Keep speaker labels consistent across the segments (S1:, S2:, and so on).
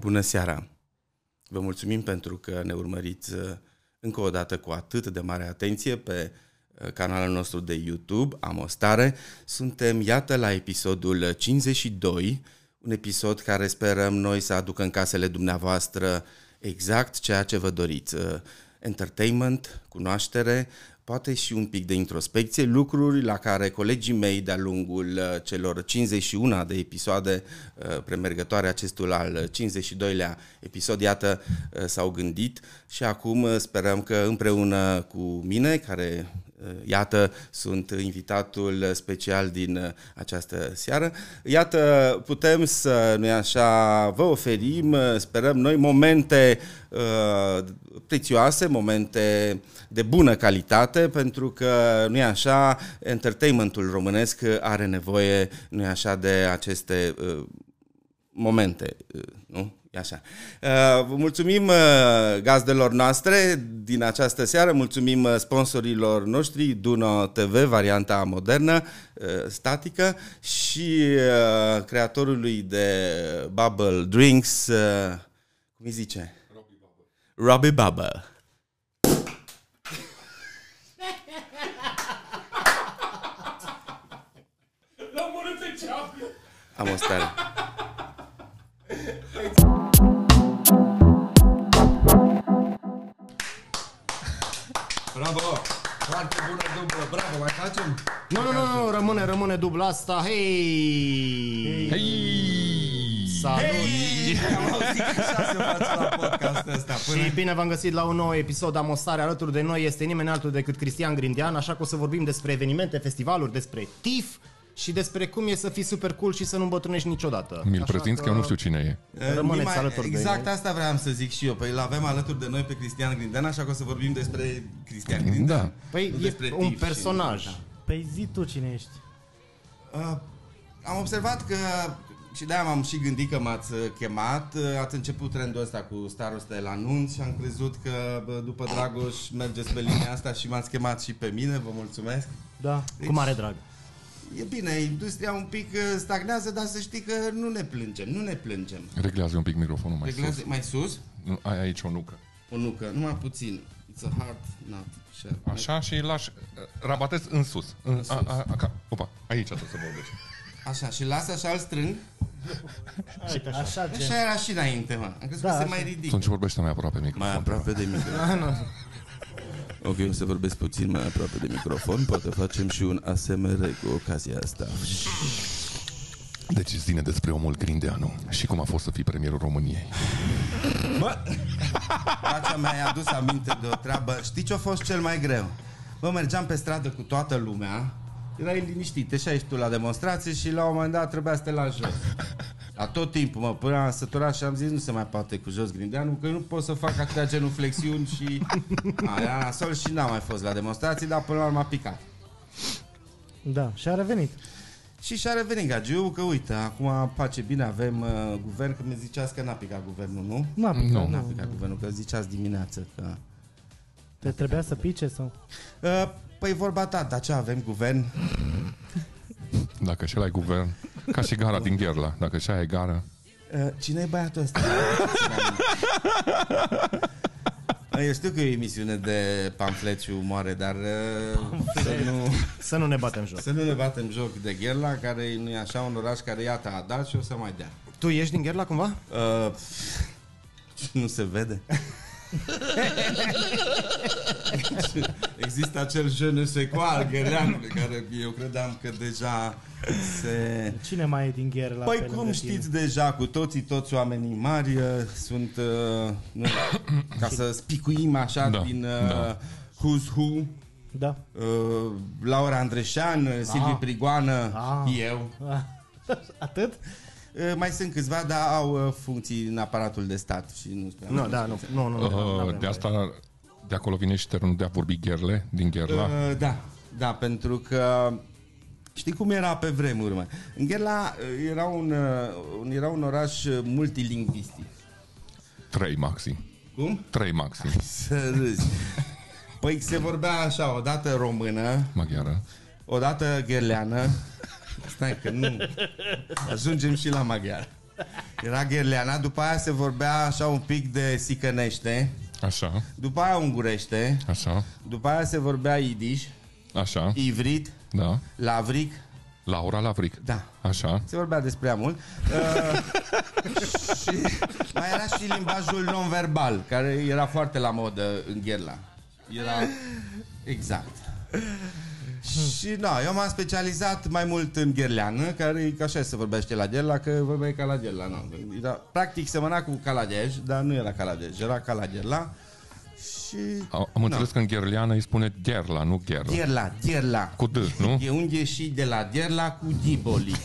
S1: bună seara! Vă mulțumim pentru că ne urmăriți uh, încă o dată cu atât de mare atenție pe uh, canalul nostru de YouTube, Amostare. Suntem, iată, la episodul 52, un episod care sperăm noi să aducă în casele dumneavoastră exact ceea ce vă doriți. Entertainment, cunoaștere, poate și un pic de introspecție, lucruri la care colegii mei de-a lungul uh, celor 51 de episoade uh, premergătoare acestul al 52-lea episod, iată, uh, s-au gândit și acum uh, sperăm că împreună cu mine, care Eh, Iată, sunt invitatul special din eh, această seară. Iată, putem să, nu așa, vă oferim, eh, sperăm noi, momente uh, prețioase, momente de bună calitate, pentru că, nu așa, entertainmentul românesc are nevoie, nu așa, de aceste uh, momente, uh, nu? Așa. Uh, Vă mulțumim uh, gazdelor noastre din această seară, mulțumim uh, sponsorilor noștri, Duno TV, varianta modernă, uh, statică și uh, creatorului de Bubble Drinks, uh, cum îi zice? Robbie Bubble. Robbie Bubble. Am o stare.
S2: Bravo! Foarte bună dublă! Bravo, mai facem?
S3: Nu, nu, nu, nu, rămâne, rămâne dubla asta. Hei!
S2: Hei!
S3: Salut!
S2: Hei! Am auzit că așa se face la podcastul ăsta. Până...
S3: Și bine v-am găsit la un nou episod Amostare. Alături de noi este nimeni altul decât Cristian Grindean, așa că o să vorbim despre evenimente, festivaluri, despre TIF și despre cum e să fii super cool și să nu îmbătrânești niciodată.
S4: Mi-l prezinți că... eu nu știu cine e.
S3: Rămâneți
S2: Numai-
S3: alături de
S2: Exact
S3: noi.
S2: asta vreau să zic și eu. Păi îl avem alături de noi pe Cristian Grindean, așa că o să vorbim despre Cristian Grindean.
S4: Da.
S3: Păi
S2: Nu despre
S3: e un
S2: TIF și-
S3: personaj.
S5: Păi zi tu cine ești.
S2: Uh, am observat că și de-aia m-am și gândit că m-ați uh, chemat. Uh, Ați început trendul ăsta cu Staros de la anunț și am crezut că bă, după Dragoș mergeți pe linia asta și m-ați chemat și pe mine. Vă mulțumesc.
S5: Da.
S2: Deci-
S5: Cu mare drag.
S2: E bine, industria un pic uh, stagnează, dar să știi că nu ne plângem, nu ne plângem.
S4: Reglează un pic microfonul mai
S2: Reglează
S4: sus.
S2: mai sus?
S4: Nu, Ai aici o nucă.
S2: O nucă, numai puțin. It's a hard nut. shell.
S4: Așa și îi lași, uh, rabatez în sus. În, a, a, a, ca, opa, aici trebuie să vorbești.
S2: Așa, și las așa, îl strâng.
S5: Uite, așa, așa
S2: Așa era și înainte, mă. Am crezut
S5: Da,
S2: că se
S5: așa. Ah,
S2: mai ridică.
S4: Atunci vorbește mai aproape microfon.
S1: Mai aproape de microfon. ok, o să vorbesc puțin mai aproape de microfon, poate facem și un ASMR cu ocazia asta.
S4: Deci zine despre omul Grindeanu și cum a fost să fii premierul României.
S2: Facea mi-a adus aminte de o treabă. Știi ce a fost cel mai greu? Bă, mergeam pe stradă cu toată lumea, erai liniștit, așa ești tu la demonstrație și la un moment dat trebuia să te lași jos. La tot timpul, mă, până am săturat și am zis, nu se mai poate cu jos Grindeanu, că nu pot să fac atâtea genuflexiuni și... A, era nasol și n-am mai fost la demonstrații, dar până la urmă a picat.
S5: Da, și a revenit.
S2: Și și-a revenit gagiu că uite, acum face bine, avem uh, guvern, că mi ziceați că n-a picat guvernul, nu?
S5: Nu a picat,
S4: Nu.
S2: N-a
S5: nu.
S2: picat guvernul, că ziceați dimineață că...
S5: Te trebuia să pice sau?
S2: Uh, păi vorba ta, dar ce avem guvern?
S4: Dacă și ai guvern, ca și gara din Gherla. Dacă și ai gara,
S2: Uh, cine e băiatul ăsta? Uh, Eu știu că e o emisiune de pamflet și umoare, dar uh, să nu,
S3: Să nu ne batem jos.
S2: să nu ne batem joc de Gherla, care nu e așa un oraș care iată a dat și o să mai dea.
S3: Tu ești din Gherla cumva?
S2: Uh, nu se vede. Există acel je ne sais quoi al gherleanului, care eu credeam că deja se...
S5: Cine mai e din gherla? pe
S2: Păi
S5: lângă
S2: cum
S5: tine?
S2: știți deja, cu toții, toți oamenii mari uh, sunt, uh, nu, ca să spicuim așa
S4: Da,
S2: din uh,
S4: da.
S2: Who's Who, uh,
S5: Da.
S2: Laura Andreșan, Silvi Prigoană,
S5: Ah.
S2: eu.
S5: Atât?
S2: Uh, mai sunt câțiva, dar au uh, funcții în aparatul de stat și nu Uh, prea
S3: Nu, da, nu, nu, nu. nu,
S4: uh,
S3: n-avem
S4: de
S3: voie.
S4: asta, de acolo vine și termenul de a vorbi gherle, din Gherla.
S2: Uh, da, da, pentru că știi cum era pe vremuri, mă? În Gherla uh, era un, uh, un, era un oraș uh, multilingvistic.
S4: Trei maxim.
S2: Cum?
S4: Trei maxim.
S2: Să râzi. Păi se vorbea așa, odată română,
S4: Maghiară.
S2: odată gherleană. Stai că nu. Ajungem și la maghiar. Era gherleana, după aia se vorbea așa un pic de sicănește,
S4: Așa,
S2: după aia ungurește,
S4: așa,
S2: după aia se vorbea idiș,
S4: așa,
S2: ivrit,
S4: da.
S2: lavric,
S4: Laura Lavric.
S2: da.
S4: Așa.
S2: Se vorbea despre ea mult. Uh, și mai era și limbajul non-verbal, care era foarte la modă în gherla. Era... Exact. Și na, eu m-am specializat mai mult în gherleană, care e ca așa se vorbește la gherla, că vorbeai ca la gherla, nu. Era, practic semăna cu caladej, dar nu era caladej, era ca la gherla. Și...
S4: A- Am înțeles că în gherleană îi spune gherla, nu gherla.
S2: Gherla, gherla.
S4: Cu D, nu?
S2: E unde și de la Gherla cu Diboli.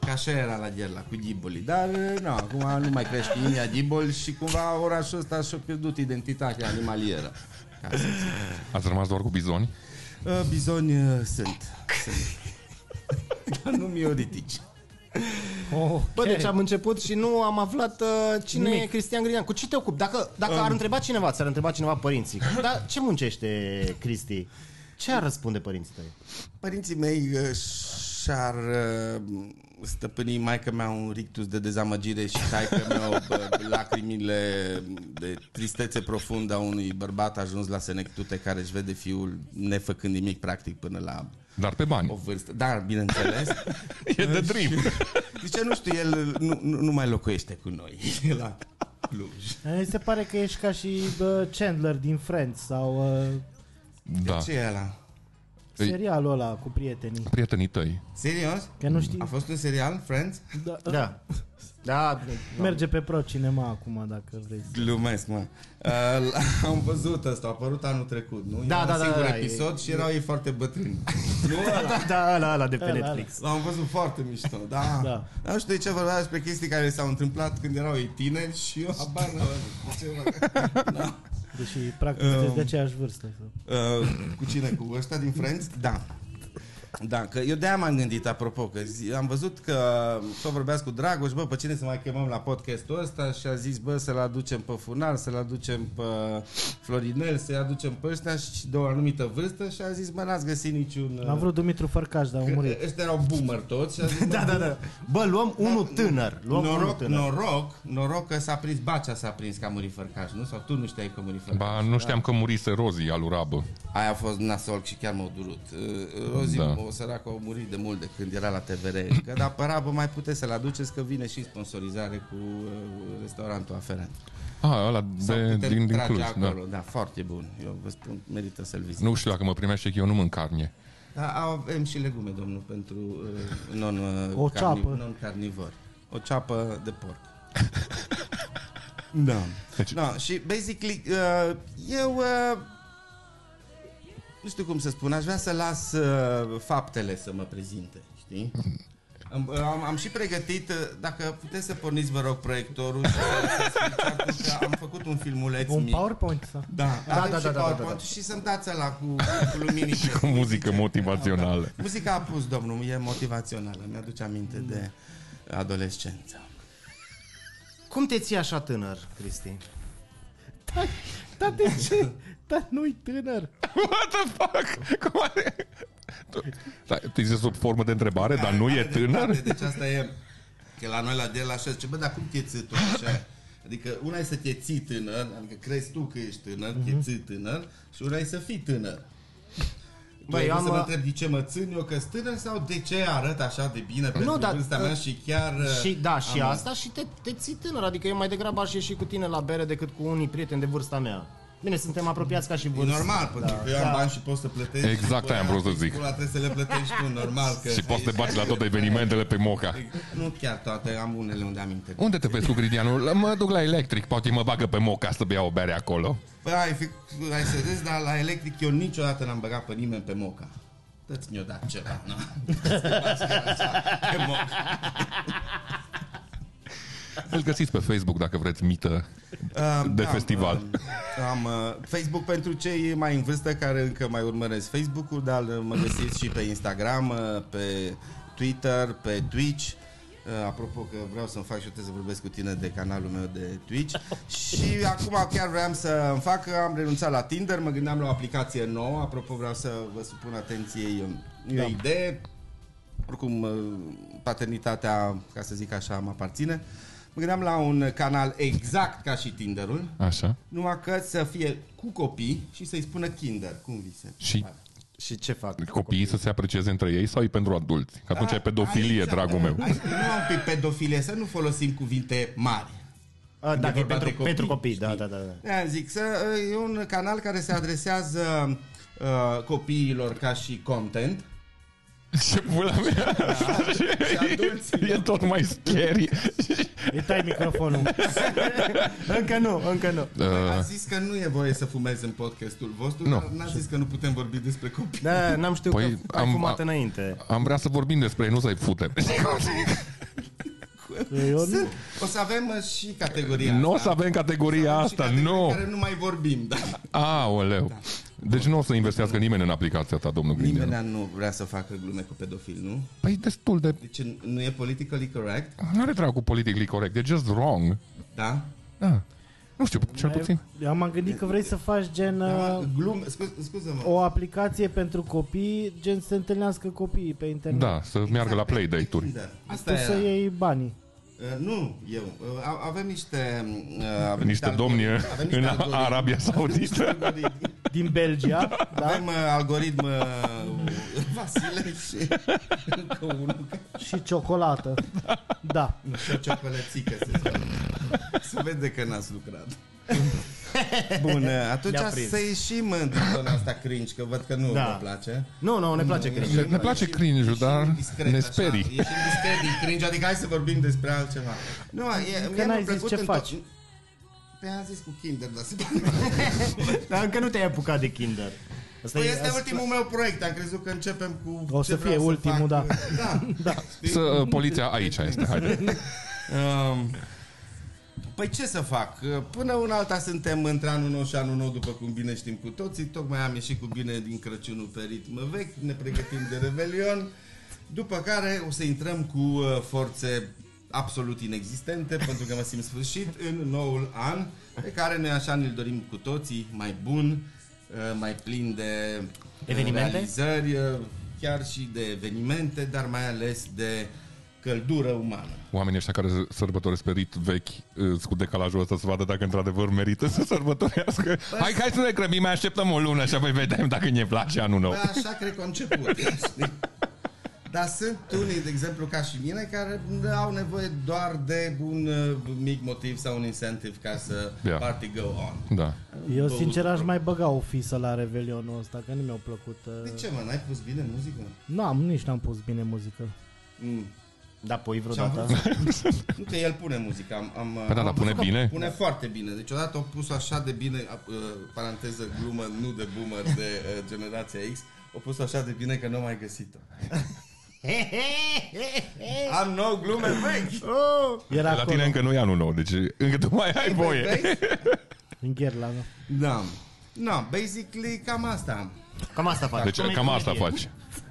S2: Ca așa era la Gherla cu Diboli. Dar, nu, acum nu mai crește linia Dibol și cumva orașul ăsta și-a pierdut identitatea animalieră. Ca să zic.
S4: Ați rămas doar cu bizoni?
S2: Uh, Bizoni uh, sunt. sunt. Dar nu mi-o ridici.
S5: Oh,
S3: Bă, deci am început și nu am aflat uh, cine Nimic. e Cristian Grinean. Cu ce te ocupi? Dacă, dacă um. ar întreba cineva, ți-ar întreba cineva părinții. Dar ce muncește Cristi? Ce ar răspunde părinții tăi?
S2: Părinții mei uh, și-ar uh, stăpâni maica mea un rictus de dezamăgire și taică meu uh, lacrimile de tristețe profundă a unui bărbat ajuns la senectute care își vede fiul nefăcând nimic practic până la
S4: Dar pe bani.
S2: o vârstă. Dar, bineînțeles,
S4: E de dream.
S2: zice, nu știu, el nu, nu, nu mai locuiește cu noi E la Cluj.
S5: Mi se pare că ești ca și bă, Chandler din Friends sau uh,
S4: Da.
S2: Ce e ăla?
S4: Ei.
S5: serialul ăla cu prietenii.
S4: Prietenii tăi.
S2: Serios?
S5: Că nu știi,
S2: A fost un serial, Friends?
S5: da,
S3: Da. Da,
S5: merge pe Pro Cinema acum dacă vrei.
S2: Glumesc, mă. Uh, am văzut asta, a apărut anul trecut, nu?
S3: Da,
S2: Era
S3: da,
S2: un
S3: da,
S2: singur
S3: da, da,
S2: episod și erau ei foarte bătrâni.
S3: da, da, ăla, ăla de pe
S5: Ăla, ăla.
S3: Netflix.
S2: L-am văzut foarte mișto, da.
S5: Da.
S2: da. Nu știu de ce vorbea despre chestii care s-au întâmplat când erau ei tineri și eu habar n-am avut ce mă-
S5: Deși practic um, de aceeași vârstă. sau-
S2: Uh, Cu cine? Cu ăsta din Friends? Da. Da, că eu de-aia m-am gândit, apropo, că zi, am văzut că tot vorbeați cu Dragoș, bă, pe cine să mai chemăm la podcastul ăsta și a zis, bă, să-l aducem pe Funar, să-l aducem pe Florinel, să-i aducem pe ăștia și de o anumită vârstă și a zis, bă, n-ați găsit niciun...
S5: Am vrut Dumitru Fărcaș, dar a murit.
S2: Că Ăștia erau boomer toți și a zis,
S3: Da, da, da. Bă, luăm unul tânăr. Luăm unul
S2: Noroc,
S3: tânăr.
S2: noroc, noroc că s-a prins, Bacea s-a prins că a murit Fărcaș, nu? Sau tu nu știai că a murit Fărcaș.
S4: Ba, nu știam că murise rozii al lui Rabă.
S2: Aia a fost nasol și chiar m-a durut. Uh, Rozi,
S4: Da.
S2: da. o săracă, a murit de mult de când era la TVR. Că dar pe rabă mai puteți să-l aduceți, că vine și sponsorizare cu uh, restaurantul aferent.
S4: A, ăla
S2: Sau
S4: de,
S2: putem
S4: din, din
S2: trage
S4: Cluj, da.
S2: acolo. Da. da. foarte bun. Eu vă spun, merită să-l vizitați.
S4: Nu știu dacă mă primește că eu nu mănc carne.
S2: Da, avem și legume, domnul, pentru uh, non, uh,
S5: O ceapă.
S2: non-carnivori. O ceapă de porc. da.
S4: Deci-
S2: da. Și, basically, uh, eu... Uh, nu știu cum să spun, aș vrea să las uh, faptele să mă prezinte, știi? Am, am, am și pregătit, uh, dacă puteți să porniți, vă rog, proiectorul și să, să spun că am făcut un filmuleț
S5: Un
S2: mic.
S5: PowerPoint sau?
S2: Da, da, da, da, da,
S3: da, da,
S2: da, da, Și să-mi dați ăla cu, cu luminile.
S4: Și cu muzică motivațională.
S2: Muzica a pus, domnul, e motivațională. Mi-aduce aminte de adolescență.
S3: Cum te ții așa tânăr, Cristi?
S5: Da, de ce? Dar nu-i tânăr.
S4: What the fuck? Cum are? Tu- Da, tu zici sub formă de întrebare, dar nu e
S2: Are dreptate,
S4: tânăr?
S2: Deci asta e... Că la noi la Dela așa zice, bă, dar cum te ții tu așa? Adică una e să te ții tânăr, adică crezi tu că ești tânăr, mm-hmm.
S4: Mhm.
S2: te ții tânăr, și una e să fii tânăr.
S3: Bă,
S2: Bă,
S3: eu
S2: eu
S3: am,
S2: să mă
S3: uh,
S2: întreb de ce mă țin eu că tânăr sau de ce arăt așa de bine pentru
S3: dar,
S2: vârsta mea
S3: uh,
S2: și chiar... uh,
S3: Și da, și
S2: am-
S3: asta și te, te ții tânăr, adică eu mai degrabă aș ieși cu tine la bere decât cu unii prieteni de vârsta mea. Bine, suntem apropiați ca și
S2: E
S3: vârstă.
S2: normal, pentru că eu am bani și pot să plătesc.
S4: da, Exact
S2: și
S4: aia am vrut să zic.
S2: Pula trebuie să le plătești tu, normal. Că
S4: Și poți să te baci la toate evenimentele pe moca.
S2: Nu chiar toate, am unele unde aminte.
S4: Unde te vezi cu Gridianu? La- Mă duc la electric, poate mă bagă pe moca să bea o bere acolo.
S2: Păi ai, fi, ai să râzi, dar la electric eu niciodată n-am băgat pe nimeni pe moca. Dă-ți mi-o dat ceva, nu? Pe moca.
S4: Îl găsiți pe Facebook dacă vreți mită de
S2: da,
S4: festival.
S2: Am uh, Facebook pentru cei mai în vârstă care încă mai urmăresc Facebook-ul, dar uh, mă găsiți și pe Instagram, uh, pe Twitter, pe Twitch. Uh, Apropo că vreau să-mi fac și eu trebuie să vorbesc cu tine de canalul meu de Twitch Și acum chiar vreau să îmi fac că Am renunțat la Tinder, mă
S4: Da.
S2: gândeam la o aplicație nouă Apropo vreau să vă supun atenției um, E o uh, idee oricum uh, paternitatea, ca să zic așa, mă aparține. Mă gândeam la un canal exact ca și Tinderul,
S4: Așa.
S2: numai că să fie cu copii și să-i spună Kinder, cum vi se
S4: Și
S3: Și ce fac?
S4: copiii să se aprecieze între ei sau e pentru adulți? Că atunci e pedofilie,
S2: Aici,
S4: dragul
S2: uh,
S4: meu.
S2: Hai, nu am pe pedofilie, să nu folosim cuvinte mari.
S3: A,
S2: Când
S3: dacă
S2: e
S3: e
S2: vorba
S3: pentru
S2: de copii,
S3: copii, pentru copii da, da, da, da.
S2: de zic, să, uh, e un canal care se adresează uh, copiilor ca și content.
S4: Ce pula mea!
S2: Și adulții,
S4: E tot mai scary.
S5: Îi tai microfonul.
S3: Încă nu, încă nu.
S4: Uh,
S2: A zis că nu e voie să fumezi în podcastul vostru,
S4: Nu.
S2: dar n-a zis că nu putem vorbi despre copii.
S3: Da, n-am știut
S4: Păi,
S3: că ai
S4: am-
S3: fumat
S4: am-
S3: înainte.
S4: Am vrea să vorbim despre ei, nu să-i futem.
S5: Eu nu.
S2: Sunt. O să avem uh, și categoria
S4: Nu o
S2: asta.
S4: să avem categoria
S2: Și
S4: asta,
S2: categorii
S4: nu!
S2: care nu mai vorbim, da.
S4: Aoleu! Deci nu o să investească nimeni în aplicația ta, domnul Grindeanu.
S2: Nimeni nu vrea să facă glume cu pedofil, nu?
S4: Păi destul de...
S2: Deci nu e politically correct,
S4: Nu are treabă cu politically corect, e just wrong.
S2: da?
S4: Da. Nu știu, cel puțin.
S5: Eu m-am gândit că vrei să faci gen
S2: Da.
S5: uh,
S2: Glume, scu- scuze-mă.
S5: o aplicație pentru copii, gen să se întâlnească copiii pe internet.
S4: Da, să
S2: Exact.
S4: meargă la play date-uri.
S2: Da, Asta
S5: Tu să
S2: era.
S5: iei banii.
S2: Uh, nu, eu. Uh, a- avem niște... Uh, avem
S4: Niște
S2: algoritmi.
S4: domni
S2: Avem niște
S4: în
S2: algoritmi.
S4: Arabia Saudită.
S2: Algoritmi.
S5: Din Belgia, da?
S2: Avem uh, algoritm uh,
S4: Da.
S2: Vasile și încă unul ca
S5: Și ciocolată. Da.
S2: și o ciocolățică să zic. Se vede că n-ați lucrat. Bun, uh, atunci
S3: Ne-a prins.
S2: să ieșim din zona asta cringe, că văd că nu
S3: Da.
S2: vă place.
S3: Nu, nu, ne place că
S2: Ieșim-
S4: Ne place
S2: ieșim-
S4: cringe-ul,
S2: ieșim
S4: dar
S2: discret,
S4: ne
S2: așa.
S4: sperii.
S2: Ieșim discret din cringe, adică hai să vorbim despre altceva. Nu, e, mie
S5: n-ai
S2: mi-a
S5: zis
S2: plăcut
S5: ce
S2: în
S5: faci.
S2: Tot... Pe am zis cu Kinder, dar se
S3: Dar Da, încă nu te-ai apucat de Kinder. Asta
S2: Păi
S3: e,
S2: este
S3: asta-
S2: ultimul meu proiect, am crezut că începem cu
S5: O
S2: ce
S5: să
S2: vreau
S5: fie ultimul,
S2: fac.
S5: da.
S2: da. da.
S4: Să, uh, poliția aici este, haide.
S2: Um, păi ce să fac? Până un alta suntem între anul nou și anul nou, după cum bine știm cu toții. Tocmai am ieșit cu bine din Crăciunul pe ritm vechi, ne pregătim de Revelion. După care o să intrăm cu uh, forțe absolut inexistente, pentru că mă simt sfârșit, în noul an, pe care noi așa ne-l dorim cu toții, mai bun, uh, mai plin de uh,
S3: Evenimente?
S2: realizări, uh, chiar și de evenimente, dar mai ales de căldură umană.
S4: Oamenii ăștia care sărbătoresc pe rit vechi îs cu decalajul ăsta să vadă dacă într-adevăr merită să sărbătorească. Hai, hai să ne grăbim, mai așteptăm o lună și apoi vedem dacă ne place anul nou.
S2: Bă, Da, așa cred că a început. știi? Dar sunt unii, de exemplu, ca și mine, care au nevoie doar de un uh, mic motiv sau un incentiv ca să
S4: Ia.
S2: yeah. party go on.
S4: Da.
S5: Eu
S2: Băut
S5: sincer aș
S2: rău.
S5: mai băga o fisă la Revelionul ăsta, că nu mi-au plăcut.
S2: De
S5: Uh...
S2: ce, mă? N-ai pus bine muzică?
S5: N-am, nici n-am pus bine muzică.
S2: Mm.
S3: Da, pui
S2: Și-am
S3: vreodată.
S2: Nu că el pune muzică. Am, am,
S4: Păi da,
S2: am
S4: dar pune
S2: văzut că
S4: bine?
S2: Pune foarte bine. Deci odată au pus așa de bine, uh, paranteză, glumă, nu de boomer, de uh, generația X, au pus așa de bine că nu am mai găsit-o. Am nou glume vechi!
S3: Oh!
S5: Era
S4: La
S5: acolo,
S4: tine încă nu e anul nou, deci încă tu mai
S2: Păi,
S4: ai voie.
S2: Vechi?
S5: în gherlană.
S2: Da. No, basically cam asta am.
S3: Cam asta faci.
S4: Deci
S3: Cum e
S4: cam asta
S3: comedie.
S4: faci.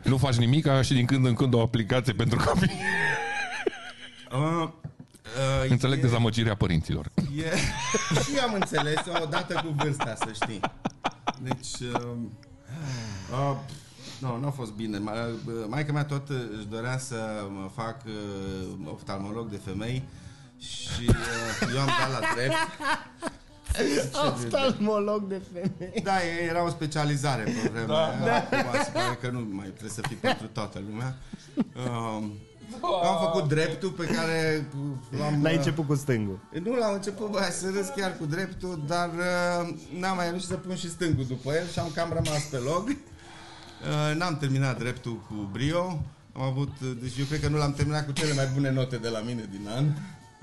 S4: Nu faci nimic ca și din când în când o aplicație pentru copii.
S2: Uh, uh,
S4: Înțeleg
S2: e-
S4: dezamăgirea părinților.
S2: E... și eu am înțeles-o odată cu vârsta, să știi. Deci... Uh, uh, nu, nu a fost bine. Ma, uh, maica mea tot uh, își dorea să mă fac uh, oftalmolog de femei și uh, eu am dat la drept.
S5: Oftalmolog de femei.
S2: Da, e- era o specializare pe vremea da, da. Acum se pare că nu mai trebuie să fii pentru toată lumea. Um, am făcut dreptul pe care l-am... uh,
S3: L-ai început cu stângul.
S2: Nu, la început bă, să râs chiar cu dreptul, dar uh, n-am mai reușit să pun și stângul după el și am cam rămas pe loc. Uh, n-am terminat dreptul cu brio. Am avut, uh, deci eu cred că nu l-am terminat cu cele mai bune note de la mine din an.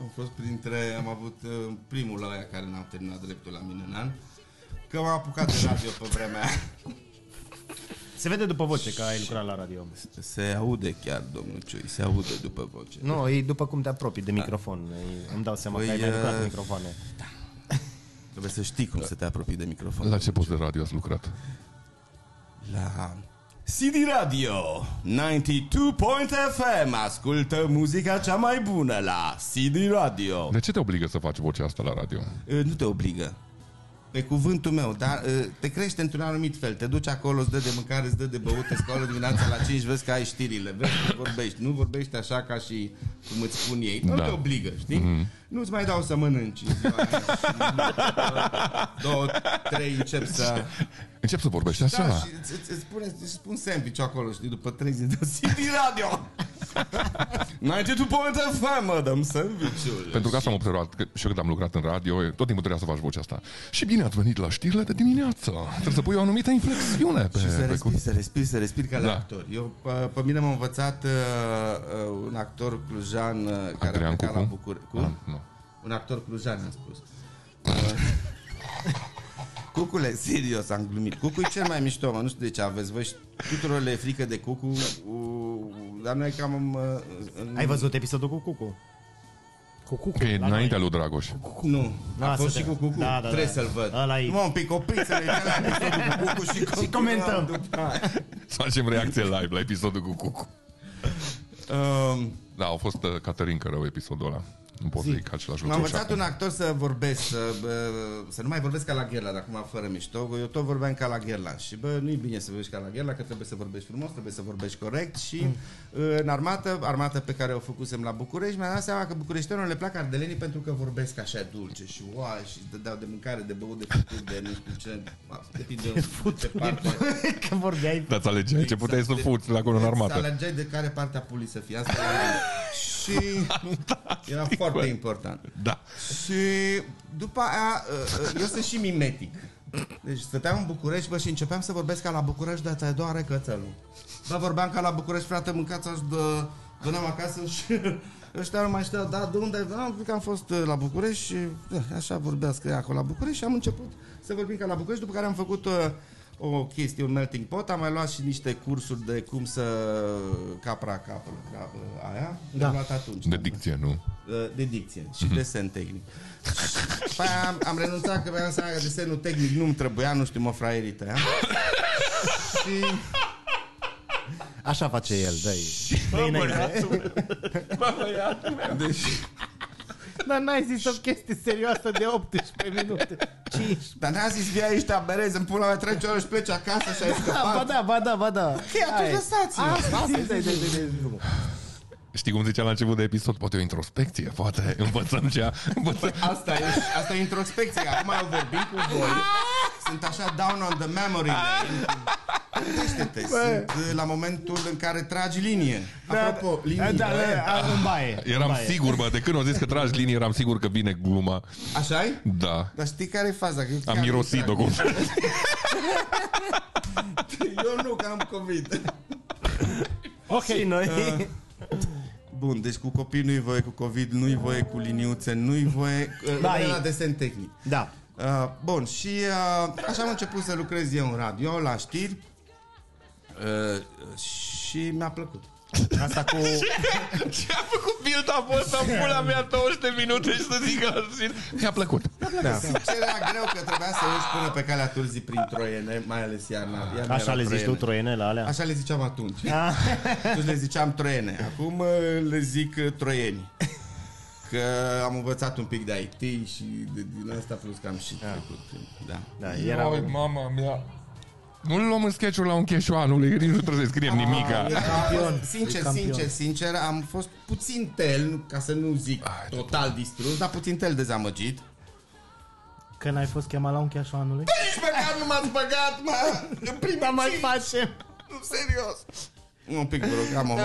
S2: Am fost printre, am avut uh, primul la aia care n-am terminat dreptul la mine în an. Că m-am apucat de radio pe vremea aia.
S3: Se vede după voce că ai lucrat la radio.
S2: Se aude chiar, domnul Ciui, se aude după voce.
S3: Nu, e după cum te apropii de microfon. E- Îmi dau seama că ai
S2: Păi,
S3: mai lucrat cu
S2: uh,
S3: microfoane.
S2: Trebuie să știi cum să te apropii de microfon.
S4: La ce post de radio ați lucrat?
S2: La CD Radio 92. FM Ascultă muzica cea mai bună la CD Radio
S4: De ce te obligă să faci vocea asta la radio?
S2: E, Nu te obligă Pe cuvântul meu, dar uh, te crește într-un anumit fel. Te duci acolo, îți dă de mâncare, îți dă de băut, te scoală dimineața la 5, vezi că ai știrile, vezi că vorbești. Nu vorbești așa ca și cum îți spun ei. Nu
S4: Da. Mhm.
S2: te obligă, știi? Mm-hmm. Nu-ți mai dau să mănânci. în ziua aia. Două, trei, încep să...
S4: Încep să vorbești
S2: Da,
S4: așa.
S2: și îți, îți, îți, spune, îți spun sandwich acolo, știi, după 30 de CD radio. 92.5, mă, dăm sandwich-ul.
S4: Pentru că asta am observat, că și eu când am lucrat în radio, tot timpul trebuia să faci vocea asta. Și bine ați venit la știrile de dimineață. Trebuie să pui o anumită inflexiune pe,
S2: Și să
S4: pe
S2: respir,
S4: cu...
S2: să respir, să respir ca la
S4: Da.
S2: actor. Eu, pe, pe mine m-a învățat uh, uh, un actor clujan uh, care
S4: Adrian
S2: a plecat la
S4: Cucu?
S2: București. Cum?
S4: Ah, nu.
S2: Un actor clujan, am spus. Uh, Cucule, serios, am glumit. Cucu e cel mai mișto, mă, nu știu de ce aveți voi. și Tuturor le e frică de Cucu, uh, dar noi cam... am, Uh, în-
S3: Ai văzut episodul cu Cucu?
S5: Cu cucu.
S4: Că e
S5: la
S4: înaintea
S5: noi.
S4: lui Dragoș.
S2: Nu, a
S3: Lasă-te.
S2: fost și cu Cucu.
S3: Da, da, da.
S2: Trebuie să-l văd.
S3: Ăla e.
S2: Mă, un pic opriță, e de la episodul cu Cucu și, continuăm
S3: comentăm. Da.
S2: după aia.
S4: Să facem reacție live la episodul cu Cucu.
S2: Um,
S4: Da, au fost uh, Caterin Cărău episodul ăla. Nu pot să-i ca același
S2: M-a
S4: lucru. și
S2: învățat
S4: acum.
S2: un actor să vorbesc, să, bă, să nu mai vorbesc ca la Gherla, dacă acum fără mișto. Eu tot vorbeam ca la Gherla și bă, nu-i bine să vorbești ca la Gherla, că trebuie să vorbești frumos, trebuie să vorbești corect și mm. în armată, armată pe care o făcusem la București, mi-am dat seama că bucureștenilor le plac ardelenii pentru că vorbesc așa dulce și oai și te dau de mâncare, de băut, de făcut, de nu știu ce, ma, depinde de ce parte.
S3: Că vorbeai...
S4: Dar să alegeai ce puteai
S2: Exact.
S4: să fuți la acolo în
S2: Să
S4: armată.
S2: alergeai de care parte a pulii să fie. Asta era, și era foarte important.
S4: Da.
S2: Și după aia, uh, uh, eu sunt și mimetic. Deci stăteam în București, bă, și începeam să vorbesc ca la București, dar ți-ai doare cățelul. Bă, vorbeam ca la București, frate, mâncați aș de... Veneam acasă și ăștia nu mai știau, da, de unde? Da, că am fost uh, la București și da, așa vorbească ei acolo la București și am început să vorbim ca la București, după care am făcut uh, o chestie, un melting pot, am mai luat și niște cursuri de cum să capra capul, capul aia, da. am luat atunci.
S4: De dicție, nu?
S2: uh, de dicție și desen tehnic. Și Păi am, am renunțat că mi-am dat seama că desenul tehnic nu-mi trebuia, nu știu, mă fraierii tăia. și
S3: Așa face el, dă-i.
S5: Dar n-ai zis o chestie serioasă de 18 minute. 5.
S2: Dar ne-a zis, vii aici, te aberezi, în pula mea, trece o oră și pleci acasă și ai
S5: Da, ba
S2: scăpat.
S5: da, ba da, ba da.
S2: Ei, atunci lăsați-mă.
S5: Asta e de- de- de- de- drumul.
S4: Știi cum zicea la început de episod? Poate o introspecție, poate învățăm cea... Învățăm...
S2: Asta e, asta e introspecție. Acum eu vorbim cu voi. Sunt așa down on the memory lane. Gândește-te, sunt uh, la momentul în care tragi linie. Apropo, linie.
S3: Da, da, da, în baie.
S4: Eram sigur, bă, de când au zis că tragi linie, eram sigur că vine gluma.
S2: așa e?
S4: Da.
S2: Dar știi care e faza? Că eu chiar
S4: Am
S2: nu
S4: mirosit-o
S2: trag.
S4: cum.
S2: Eu nu, că am COVID.
S3: Ok. Uh. Și noi.
S2: Bun, deci cu copii nu-i voie, cu COVID nu-i voie, cu liniuțe nu-i voie.
S3: Da,
S2: Da,
S3: e-
S2: la desen tehnic.
S3: Da.
S2: Uh, bun, și uh, așa am început să lucrez eu în radio, la știri. Uh, și mi-a plăcut. Asta cu...
S4: Ce a făcut Bild a fost în pula mea 20 de minute și să zică la Mi-a plăcut.
S2: da. Sincer, era greu că trebuia să urci până pe calea Turzii prin troiene, mai ales iarna. iarna
S3: Așa
S2: era
S3: le zici tu, troienele alea?
S2: Așa le ziceam atunci. Atunci le ziceam troiene. Acum uh, le zic uh, troieni. Că am învățat un pic de IT și de, din asta plus că am și trecut. prin- Da.
S3: Da, era...
S4: Oi, mama mea. Nu-l luăm în sketch-ul la un cheșu anului, că nici nu trebuie să scriem
S2: Ah,
S4: nimica.
S2: Campion. Sincer,
S5: campion.
S2: sincer, sincer, am fost puțin tel, ca să nu zic total distrus, dar puțin tel dezamăgit.
S5: Că n-ai fost chemat la un cheașul anului?
S2: Nici măcar nu m-ați băgat, mă! În prima mai
S5: facem.
S2: serios! Da. Un pic, vă rog, am o...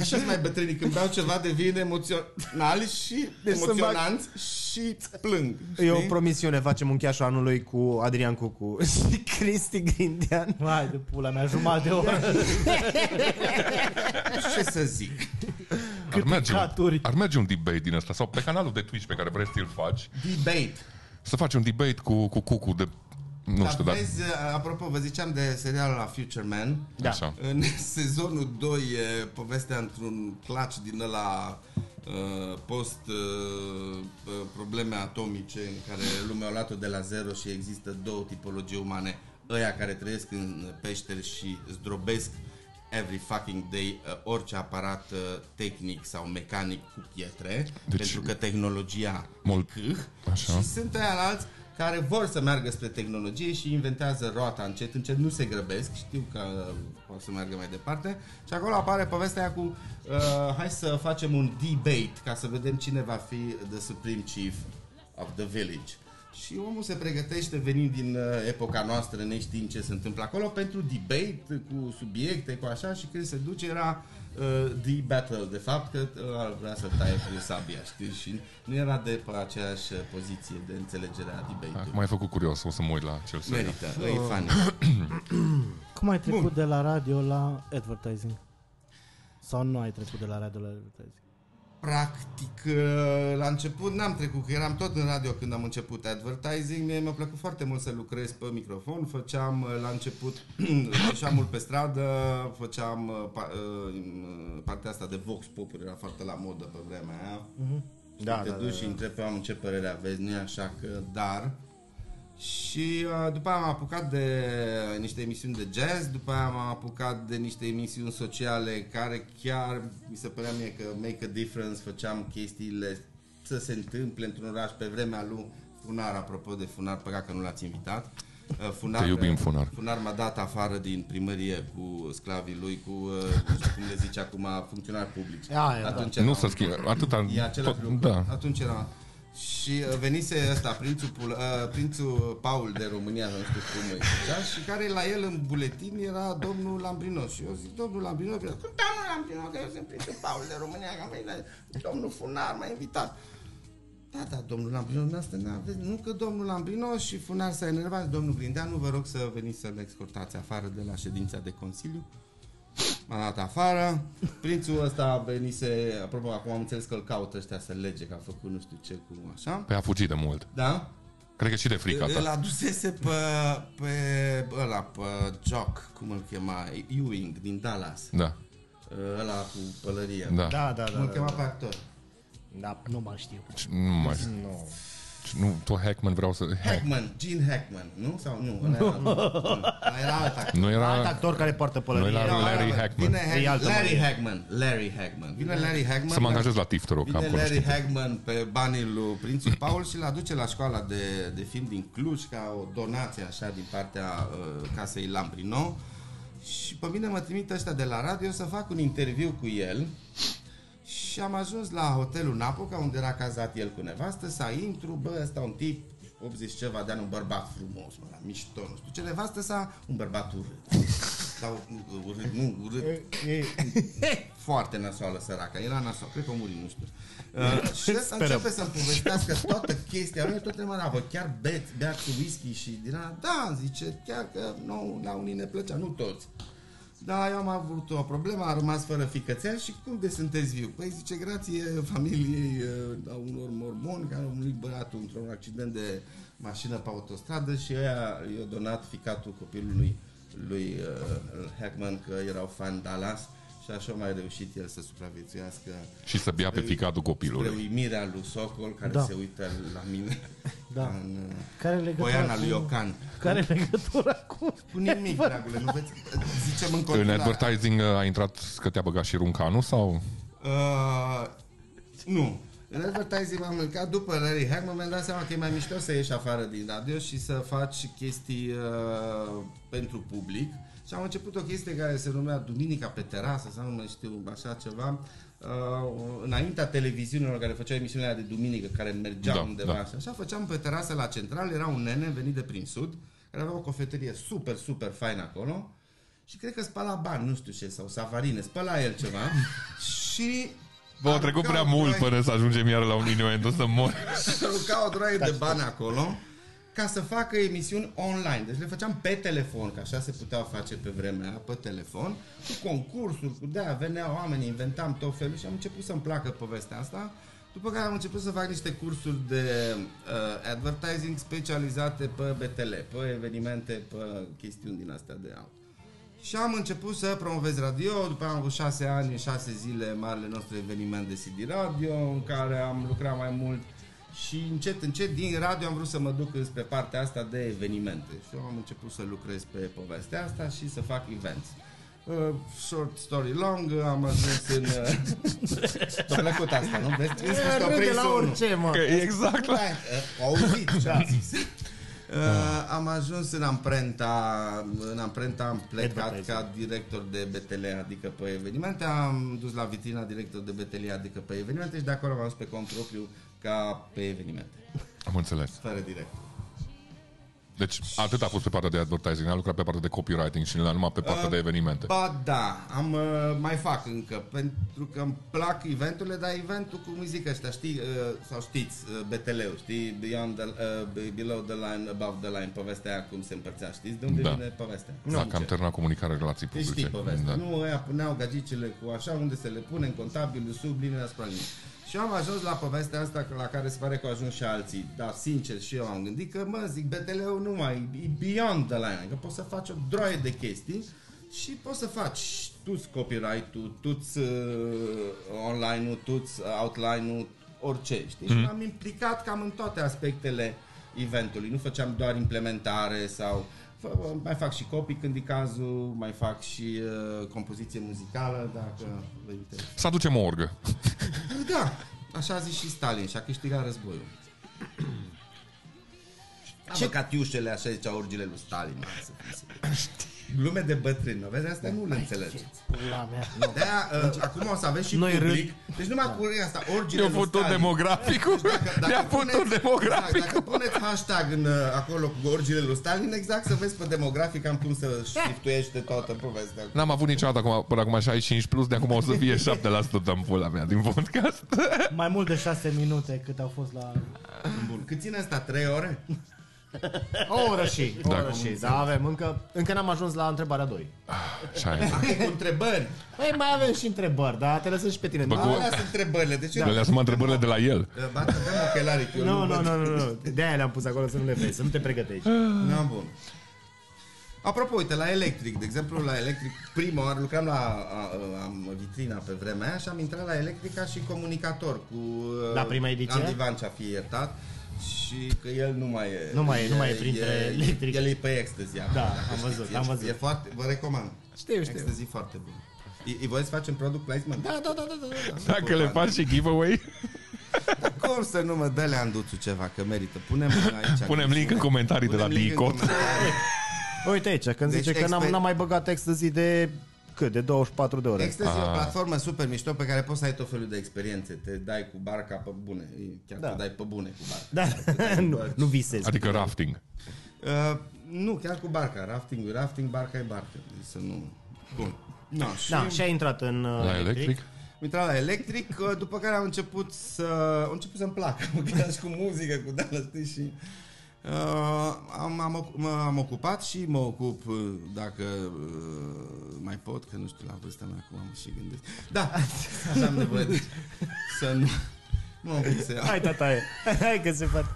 S2: Așa mai bătrânii, când beau ceva devin emoțional și
S3: Deci să-mi bag-
S2: emoționanți și plâng.
S3: E o
S2: știi?
S3: promisiune, facem un cheașul anului cu Adrian Cucu și Cristi Grindean.
S5: Hai de pula mea, jumătate de oră.
S2: Ce să zic?
S4: Ar merge,
S5: caturi.
S4: ar merge un debate din asta sau pe canalul de Twitch pe care vrei să-l faci,
S2: Debate.
S4: să faci un debate cu cu Cucu de... Nu
S2: Dar
S4: știu, da. dar...
S2: vezi, apropo, vă ziceam de serialul la Future Man.
S4: Da. Așa.
S2: În sezonul 2 e povestea într-un clutch din ăla uh, post uh, probleme atomice în care lumea a luat-o de la zero și există două tipologii umane. Ăia care trăiesc în peșteri și zdrobesc every fucking day uh, orice aparat uh, tehnic sau mecanic cu pietre,
S4: Deci-
S2: deci, pentru că tehnologia
S4: Mol-
S2: câh,
S4: Așa.
S2: și sunt aia la alți care vor să meargă spre tehnologie și inventează roata încet, încet, nu se grăbesc, știu că uh, pot să meargă mai departe. Și acolo apare povestea aia cu uh, hai să facem un debate ca să vedem cine va fi the Supreme Chief of the Village. Și omul se pregătește venind din uh, epoca noastră, neștiind ce se întâmplă acolo, pentru debate uh, cu subiecte, cu așa, și când se duce era uh, the battle, de fapt, că uh, ar vrea să taie cu sabia, știi, și nu era de pe aceeași uh, poziție de înțelegere a debate-ului.
S4: Acum ai făcut curios, o să mă uit la cel serial.
S2: Merită, e fan.
S5: Cum ai trecut Bun. de la radio la advertising? Sau nu ai trecut de la radio la advertising?
S2: Practic, uh, la început n-am trecut, că eram tot în radio când am început advertising. Mie mi-a plăcut foarte mult să lucrez pe microfon. Făceam uh, la început, făceam mult pe stradă, făceam uh, pa- uh, în, uh, partea asta de vox pop era foarte la modă pe vremea aia. Da, te da, duci da, și întrebi pe oameni ce părere aveți, nu e așa că, dar... Și uh, după aia am apucat de uh, niște emisiuni de jazz, după aia am apucat de niște emisiuni sociale care chiar mi se părea mie că make a difference, făceam chestiile să se întâmple într-un oraș pe vremea lui Funar, apropo de Funar, păcat că nu l-ați invitat. Uh, Funar,
S4: Te iubim, Funar.
S2: Funar m-a dat afară din primărie cu sclavii lui, cu, uh, nu știu cum le zice acum, funcționari publici.
S3: Aia, da.
S2: Atunci
S4: Nu
S2: erau-
S4: să schimbe, atâta,
S2: E același
S4: tot,
S2: lucru.
S4: da.
S2: Atunci era... Și uh, venise ăsta, prințul, Pul, uh, prințul Paul de România, nu știu cum îi zicea, și care la el în buletin era domnul Lambrinos. Și eu zic, domnul Lambrinos, eu zic, domnul Lambrinos, că eu sunt prințul Paul de România, că am venit la domnul Funar, m-a invitat. Da, da, domnul Lambrinos, asta nu aveți, nu că domnul Lambrinos și Funar s-a enervat, domnul Grindeanu, vă rog să veniți să-l escortați afară de la ședința de Consiliu. M-a dat afară. Prințul ăsta venise, apropo, acum am înțeles că îl caută ăștia să lege, că a făcut nu știu ce cu așa.
S4: Păi a fugit de mult.
S2: Da?
S4: Cred că și de frica
S2: Îl
S4: ta.
S2: adusese pe, pe ăla, pe Jock, cum îl chema, Ewing din Dallas.
S4: Da,
S2: Ăla cu pălăria.
S4: da.
S3: Da, da,
S2: Cum
S3: da.
S2: îl chema pe actor.
S3: da.
S5: Nu mai știu.
S4: Ci- Nu mai... Ci- Nu, tu Hackman vreau să... Hack.
S2: Hackman, Gene Hackman, nu? Sau nu? Ăla era, nu. Ăla era alt actor.
S4: Nu
S3: Alt
S4: era...
S3: actor care poartă
S4: Nu
S3: pălărie.
S4: era da, Larry
S2: Vine
S4: Hackman. da.
S2: Hack-
S3: E altă
S2: Larry
S3: mărie.
S2: Hackman. Larry Hackman. Vine Larry Hackman.
S4: Să mă
S2: la-
S4: angajez la TIFT, te rog, că am
S2: Vine Larry
S4: cunoștințe.
S2: Hagman pe banii lui Prințul Paul și l aduce la școala de, de film din Cluj ca o donație așa din partea uh, casei Lambrino și pe mine mă trimit ăștia de la radio să fac un interviu cu el și am ajuns la hotelul Napoca unde era cazat el cu nevastă să intru, bă, ăsta un tip 80 ceva de ani, un bărbat frumos, mă, la mișto, nu știu ce, nevastă sa, un bărbat urât. Sau uh, urât, nu, urât, foarte nasoală săraca, era nasoală, cred că a murit, nu știu. Uh, și ăsta începe să-mi povestească toată chestia, noi tot întrebarea, vă chiar beți, beați cu whisky și din ala, da, zice, chiar că nou, la unii ne plăcea, nu toți. Da, eu am avut o problemă, am rămas fără ficățel și cum de sunteți viu? Păi zice, grație familiei uh, a unor mormoni care au murit băratul într-un accident de mașină pe autostradă și ăia i-a donat ficatul copilului lui uh, Hackman că erau fan Dallas și așa a mai reușit el să supraviețuiască
S4: Și să bea pe ficatul
S2: spre
S4: copilului.
S2: uimirea lui Socol care da.
S5: Da.
S2: se uită la mine
S5: Da.
S2: în uh,
S5: Care legătura
S2: Boiana
S5: cu...
S2: lui Ocan.
S5: Care legătura cu...
S2: Cu nimic, dragule, nu vezi? Zicem în
S4: În
S2: continuare.
S4: advertising uh, a intrat că te-a băgat și Runcanu sau...
S2: Uh, nu. În advertising m-am mâncat după Larry Hackman, mi-am dat seama că e mai mișto să ieși afară din radio și să faci chestii uh, pentru public. Și am început o chestie care se numea Duminica pe terasă sau nu mai știu, așa ceva, uh, înaintea televiziunilor care făceau emisiunea de duminică, care mergeau
S4: Da,
S2: da, undeva
S4: da.
S2: da. și așa, făceam pe terasă la central, era un nene venit de prin sud, care avea o cofetărie super, super faină acolo și cred că spăla bani, nu știu ce, sau safarine, spăla el ceva și
S4: Bă, a trecut prea
S2: arunca o
S4: mult
S2: droaie-
S4: până să ajungem iară la un innuendo să mor.
S2: Arunca o droaie de bani acolo ca să facă emisiuni online. Deci le făceam pe telefon, că așa se puteau face pe vremea aia, pe telefon, cu concursuri, cu de-aia veneau oameni, inventam tot felul și am început să-mi placă povestea asta. După care am început să fac niște cursuri de uh, advertising specializate pe BTL, pe evenimente, pe chestiuni din astea de out. Și am început să promovez radio, după aia am avut 6 ani, 6 zile, marele nostru eveniment de CD Radio, în care am lucrat mai mult și încet, încet, din radio am vrut să mă duc spre partea asta de evenimente. Și eu am început să lucrez pe povestea asta și să fac events. Uh, short story long, uh, am ajuns în... Uh... Ți-a plăcut asta, nu? Vezi? Vezi că s-a
S3: Râde
S2: prins
S3: la
S2: unul.
S3: orice, mă.
S4: Că e exact la...
S2: Hai, uh, Au eh, auzit ce am zis. Uh, am ajuns în amprenta, în amprenta am plecat
S3: Advertising.
S2: ca director de BTL, adică pe evenimente, am dus la vitrina director de BTL, adică pe evenimente și de acolo m-am dus pe cont propriu ca pe evenimente,
S4: Am înțeles.
S2: fără direct.
S4: Deci atât a fost pe partea de advertising, a lucrat pe partea de copywriting și numai pe partea de evenimente.
S2: Ba da, am, uh, mai fac încă, pentru că îmi plac eventurile, dar eventul, cum îi zic ăștia, știi, uh, sau știți, uh, BTL-ul, știi, Beyond the, uh, Below the Line, Above the Line, povestea aia cum se împărțea, știți de unde
S4: Da.
S2: vine povestea?
S4: Da, că am terminat comunicare relații
S2: Deci știi
S4: publice.
S2: povestea.
S4: Da.
S2: Nu, ăia puneau gagicele cu așa, unde se le pune în contabilul, sub linia spre linie. Și eu am ajuns la povestea asta la care se pare că au ajuns și alții. Dar sincer și eu am gândit că, mă, zic, BTL-ul nu mai, e beyond the line, că poți să faci o droaie de chestii și poți să faci tu-ți copyright-ul, tu-ți uh, online-ul, tu-ți outline-ul, orice, știi?
S4: Mhm.
S2: Mm. Și m-am implicat cam în toate aspectele eventului. Nu făceam doar implementare sau... fă- Mai fac și copii când e cazul, mai fac și uh, compoziție muzicală, dacă vă interesează.
S4: Să aducem o orgă.
S2: Da, așa a zis și Stalin și a câștigat războiul. Am Ce? catiușele, așa zicea orgile lui Stalin. mă, să fim serioși. Glume de bătrâni, nu? vezi, asta nu le înțelegeți.
S5: Pula mea.
S2: De-aia, uh, acum o să aveți și
S5: Noi
S2: Noi public. Deci numai cu asta, orgile
S4: Ne-a
S2: lui
S4: făcut
S2: Stalin.
S4: demograficul. Ne-a făcut
S2: exact,
S4: demograficul.
S2: dacă puneți hashtag în, uh, acolo cu orgile lui Stalin, exact să vezi pe demografic am cum să șiftuiește toată povestea.
S4: N-am avut niciodată acum, până acum 65 plus, de acum o să fie 7% în pula mea din podcast.
S5: Mai mult de șase minute cât au fost la...
S2: Bun, cât ține asta? Trei ore?
S3: O oră și, o
S4: Da,
S3: oră
S4: cum
S3: și, da, avem, încă, încă n-am ajuns la întrebarea 2.
S4: Așa e.
S2: Acum cu întrebări.
S3: Păi mai avem și întrebări, dar te lăsăm și pe tine. Da?
S4: Bă, cu-
S2: Alea sunt întrebările. Deci eu
S4: Le asum întrebările de la el.
S2: Uh, Ba, dăm ochelarii, că eu
S3: Nu,
S2: nu,
S3: nu,
S2: văd.
S3: nu, nu, nu, de-aia le-am pus acolo să nu le vezi, să nu te pregătești.
S2: Na, Da, bun. Apropo, uite, la electric, de exemplu, la electric, prima oară lucram la a, a, am vitrina pe vremea aia și am intrat la electric ca și comunicator cu uh,
S3: La prima ediție?
S2: Andy Vancea fie iertat și că el nu mai e
S3: Nu mai e, nu mai e printre electric.
S2: El e pe ecstasy. acum,
S3: Da,
S2: dacă
S3: am
S2: știți.
S3: văzut,
S2: E-
S3: am văzut.
S2: E foarte, vă recomand.
S3: Știu, știu.
S2: Ecstasy foarte bun. I- I voi să facem product placement?
S3: Da, da, da, da, da, da.
S4: Dacă le faci și giveaway,
S2: Cum să nu mă dă Leanduțu ceva, că merită. Punem aici.
S4: punem link în comentarii de la
S2: Punem link în
S4: Dicot.
S2: comentarii.
S3: Uite aici, când
S2: Deci
S3: zice că n-am,
S2: exper-
S3: n-am mai băgat ecstasy de cât, de 24 de ore.
S2: Ecstasy e o platformă super mișto pe care poți să ai tot felul de experiențe. Te dai cu barca pe bune. E, Chiar da.
S3: Da.
S2: te dai pe bune cu barca.
S3: Da, nu, nu visez.
S4: Adică rafting.
S2: Uh, nu, chiar cu barca. Rafting e rafting, barca e barca. Deci să nu... Bun. No, și
S3: Da, și ai intrat în uh,
S4: La Da, electric?
S2: am intrat la electric, uh, după care am început să... Am început să-mi placă. Mă gândeam și cu muzică, cu de știi, și... Uh, am, am, oc- m-am ocupat și mă ocup uh, dacă uh, mai pot, că nu știu la vârsta mea acum am și gândit. Da, așa am nevoie de să nu... Nu am cum să iau.
S3: Hai, tata, hai, hai că se face.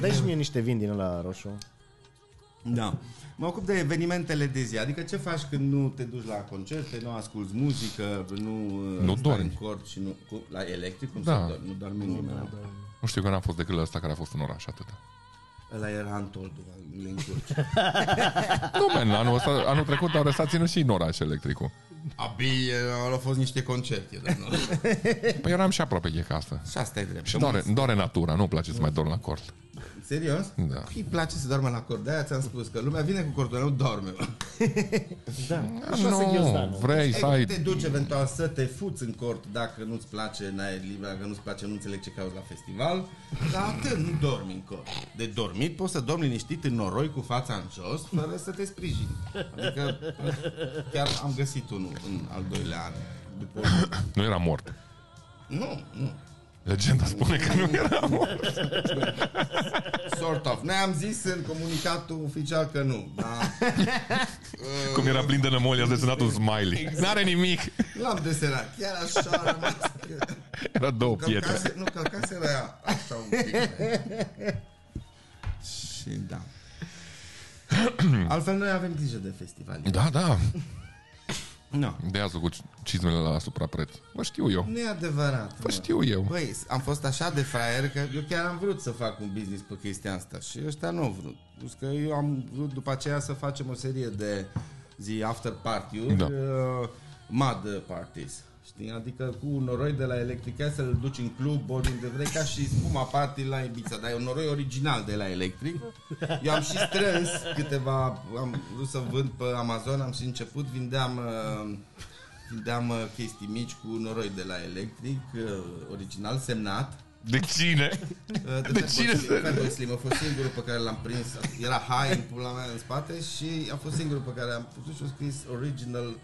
S3: Dai și mie niște vin din la roșu.
S2: Da. Mă ocup de evenimentele de zi, adică ce faci când nu te duci la concerte, nu asculti muzică, nu, uh,
S4: Nu
S2: stai
S4: dormi.
S2: în cort și nu, cu, la electric, cum
S4: Da.
S2: da. se dormi, nu dormi nimeni.
S4: Nu știu că n-am fost decât la ăsta care a fost în oraș atâta.
S2: Ăla era Antoldu, în curci.
S4: Nu, man, anul, ăsta, anul trecut au răsat ținut și în oraș electricul.
S2: Abi, eh, au fost niște concerte, dar nu.
S4: Păi eram și aproape de casă.
S2: Și asta e drept.
S4: Și doare, doare natura, nu-mi place să mai dorm la cort.
S2: Serios? Păi
S4: Da.
S2: Îi place să doarmă la cort, de-aia ți-am spus că lumea vine cu cortul meu, doarme. bă.
S5: Da.
S4: Nu, vrei să
S2: Ei,
S4: ai...
S2: te duci eventual să te fuți în cort dacă nu-ți place, n-ai liber, dacă nu-ți place, nu înțeleg ce cauți la festival, dar atât, nu dormi în cort. De dormit poți să dormi liniștit în noroi cu fața în jos, fără să te sprijini. Adică chiar am găsit unul în al doilea an. După...
S4: Nu era mort.
S2: Nu, nu.
S4: Legenda spune că nu era mort.
S2: Sort of. Noi am zis în comunicatul oficial că nu, dar
S4: Cum era plin de nămoli, a desenat un smiley. N-are nimic.
S2: l-am desenat. Chiar așa a rămas.
S4: Era două pietre.
S2: Călcase, nu, călcase la ea așa un pic. și da. Altfel noi avem grijă de festival.
S4: Da, da.
S2: Nu.
S4: De azi cu cizmele la suprapreț. Bă, știu eu.
S2: Nu e adevărat.
S4: Bă, Păi, știu eu.
S2: Băi, am fost așa de fraier că eu chiar am vrut să fac un business pe chestia asta și ăștia nu au vrut. Plus că eu am vrut după aceea să facem o serie de zi after party-uri,
S4: Da.
S2: da. uh, mad parties. Știi? Adică cu un noroi de la Electric Castle îl duci în club, oriunde vrei, ca și spuma party la Ibiza. Dar e un noroi original de la Electric. Eu am și strâns câteva, am vrut să vând pe Amazon, am și început, vindeam... Uh, vindeam uh, chestii mici cu noroi de la Electric, uh, original semnat.
S4: De cine?
S2: Uh,
S4: De cine
S2: Fatboy Slim,
S4: să-
S2: Fatboy Slim a fost singurul pe care l-am prins. Era high în pula mea în spate și a fost singurul pe care am pus și am scris original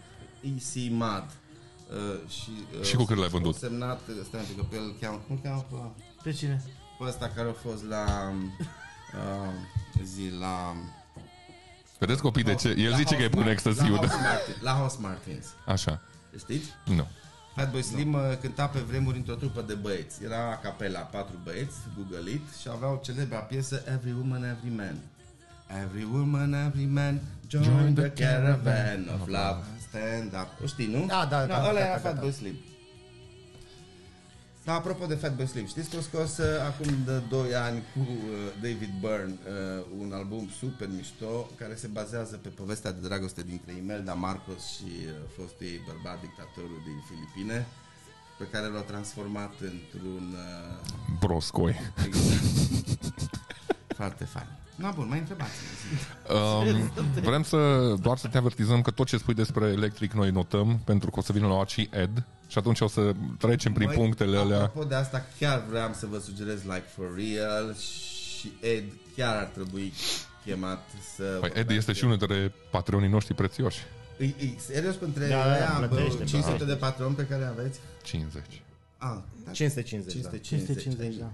S2: EC Mad. Uh, și, uh,
S4: Și cu cât l-ai vândut?
S2: a Semnat, uh, stai un pic, că pe el îl cheamă, cum îl cheamă pe, ăla?
S5: Pe cine?
S2: pe ăsta care a fost la um, uh, zi, la...
S4: Vedeți copii de ce? El
S2: la
S4: zice că e
S2: House
S4: pun
S2: Mar-
S4: extasiu,
S2: la House
S4: da?
S2: Martin- La House Martins,
S4: Așa.
S2: știți?
S4: Nu.
S2: Fatboy Slim no. cânta pe vremuri într-o trupă de băieți. Era a capela, patru băieți, gugălit și aveau celebra piesă Every Woman, Every Man. Every woman, every man, join,
S4: Join
S2: the,
S4: the
S2: caravan of love, stand up. O știi, nu?
S3: Da, da,
S2: no,
S3: da, da,
S2: ăla
S3: da,
S2: era
S3: da, da.
S2: Fatboy Slim. Da, apropo de Fatboy Slim, știți că a scos uh, acum de 2 ani cu uh, David Byrne uh, un album super mișto care se bazează pe povestea de dragoste dintre Imelda Marcos și uh, fostul ei bărbat dictatorul din Filipine pe care l-a transformat într-un... Uh,
S4: Broscoi.
S2: foarte fain. Na bun, mai întrebați.
S4: Um, vrem să doar să te avertizăm că tot ce spui despre electric noi notăm, pentru că o să vină la și Ed și atunci o să trecem prin
S2: Măi,
S4: punctele alea.
S2: Păi, Apropo de asta, chiar vreau să vă sugerez Like For Real și Ed chiar ar trebui chemat să...
S4: Păi Ed este și unul dintre patronii noștri prețioși.
S2: E, e serios pentru
S3: Da,
S2: da,
S3: da,
S2: aia, bă,
S3: plătește,
S2: 500
S5: da.
S2: de patroni pe care aveți?
S4: 50.
S2: Ah, da,
S3: 550,
S2: 550.
S5: 550, da.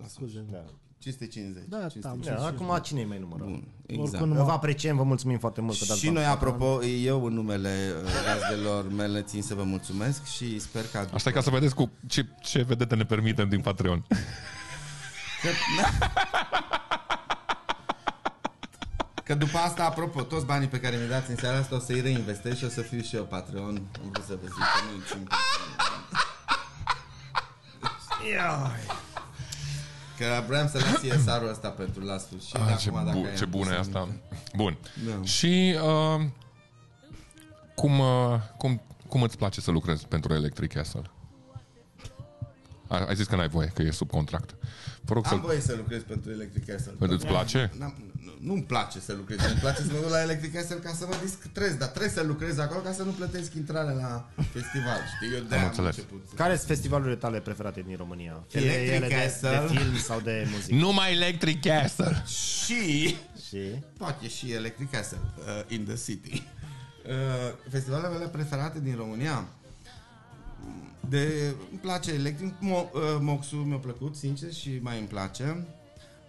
S2: Lasă-mă.
S5: Scuze.
S3: da.
S2: 550.
S5: Da, da,
S2: 550.
S5: da.
S3: da. Acum cine e mai numărat?
S2: Bun,
S5: Oricum
S2: exact.
S5: nu
S3: Vă
S5: m-a...
S3: apreciem, vă mulțumim foarte mult că dați
S2: Și
S3: bani.
S2: noi,
S5: da.
S2: apropo, eu în numele uh, gazdelor mele țin să vă mulțumesc și sper că...
S4: Asta e ca să vedeți cu ce, ce vedete ne permitem din Patreon.
S2: Că după asta, apropo, toți banii pe care mi dați în seara asta o să-i reinvestesc și o să fiu și eu Patreon. Am vrut să vă zic că nu niciun Că vreau să las CSR-ul ăsta pentru la sfârșit.
S4: Ah, ce,
S2: Da, acum, dacă
S4: bu-
S2: ai
S4: ce bună e
S2: adus
S4: asta.
S2: aminte.
S4: Bun.
S2: Da.
S4: Și uh, cum, uh, cum, cum îți place să lucrezi pentru Electric Castle? A- Ai zis că n-ai voie, că e sub contract. Vă rog să...
S2: Am voie să lucrez pentru Electric Castle.
S4: Îți place?
S2: N-am- nu- Nu-mi place să lucrez, îmi place să mă duc la Electric Castle ca să mă distrez, dar trebuie să lucrez acolo ca să nu plătesc intrare la festival, știi? Eu de am
S4: înțeles.
S2: început. să-
S3: Care sunt festivalurile tale preferate din România? Fie
S2: Electric
S3: ele de, de
S2: Castle.
S3: film sau de muzică.
S4: Numai Electric Castle!
S2: Și
S3: Și
S2: poate și Electric Castle uh, in the city. Uh, festivalele mele preferate din România de, îmi place Electric Mo, uh, Moxul mi-a plăcut, sincer, și mai îmi place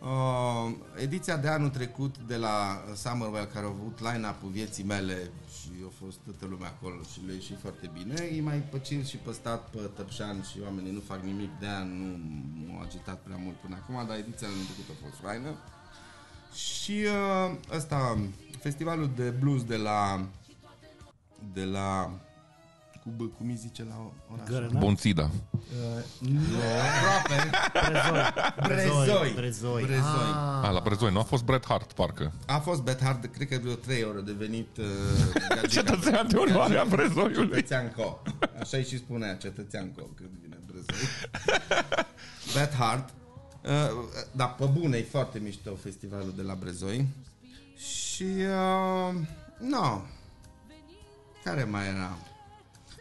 S2: uh, ediția de anul trecut de la Summerwell care a avut line-up-ul vieții mele și a fost toată lumea acolo și le-a ieșit foarte bine e mai păcil și păstat pe Tăpșan și oamenii nu fac nimic de aia nu m-au agitat prea mult până acum dar ediția anul trecut a fost faină și uh, ăsta, festivalul de blues de la de la cu B, cum îi zice la oraș?
S5: Gărâna?
S4: Bonțida.
S2: Nu, aproape. Brezoi.
S3: Brezoi.
S2: Brezoi.
S4: Ah. la Brezoi, nu a fost Bret Hart, parcă.
S2: A fost bet hard, cred că vreo 3 ore devenit uh, gagica.
S4: Cetățean de onoare a Brezoiului.
S2: Cetățeanco. Așa îi și spunea cetățeanco când vine Brezoi. bet hard. Uh, da, pe bune, e foarte mișto festivalul de la Brezoi. Și, uh, no, care mai era?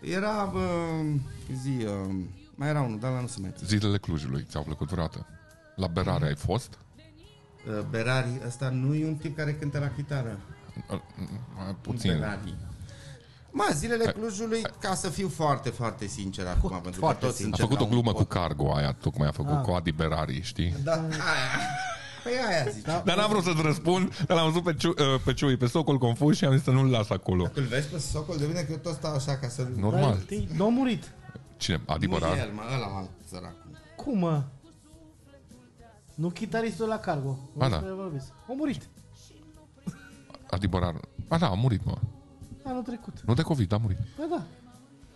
S2: Era, uh, zi, uh, mai era unul, dar la nu se mai ține.
S4: Zilele Clujului ți-au plăcut vreodată. La Berare ai fost?
S2: Uh, Berari, ăsta nu e un tip care cântă la chitară.
S4: Mai Puțin.
S2: Ferrari. Mă, zilele Clujului, ca să fiu foarte, foarte sincer acum, pentru că
S3: foarte
S2: toți
S4: A
S2: sincer,
S4: făcut o glumă cu cargo aia, tocmai a făcut cu Adi Berari, știi?
S2: Ah. Da, aia. Păi aia zice. Da.
S4: Dar n-am vrut să-ți răspund, dar l-am văzut pe, Ciu, uh, pe Ciui, pe Socol confuz și am zis să nu-l las acolo.
S2: Îl vezi pe Socol, de bine că eu tot stau așa ca să... Nu,
S5: Dar
S4: Normal.
S5: te- Nu a murit.
S4: Cine? Adi
S2: nu
S4: Berari?
S2: el, mă, ăla m-am săracul.
S5: Cum, mă? Nu chitaristul la cargo.
S4: Ba da.
S5: A murit.
S4: Adi Berari. Ba da, a murit, mă.
S5: Anul trecut.
S4: Nu de COVID, a murit.
S5: Da, da.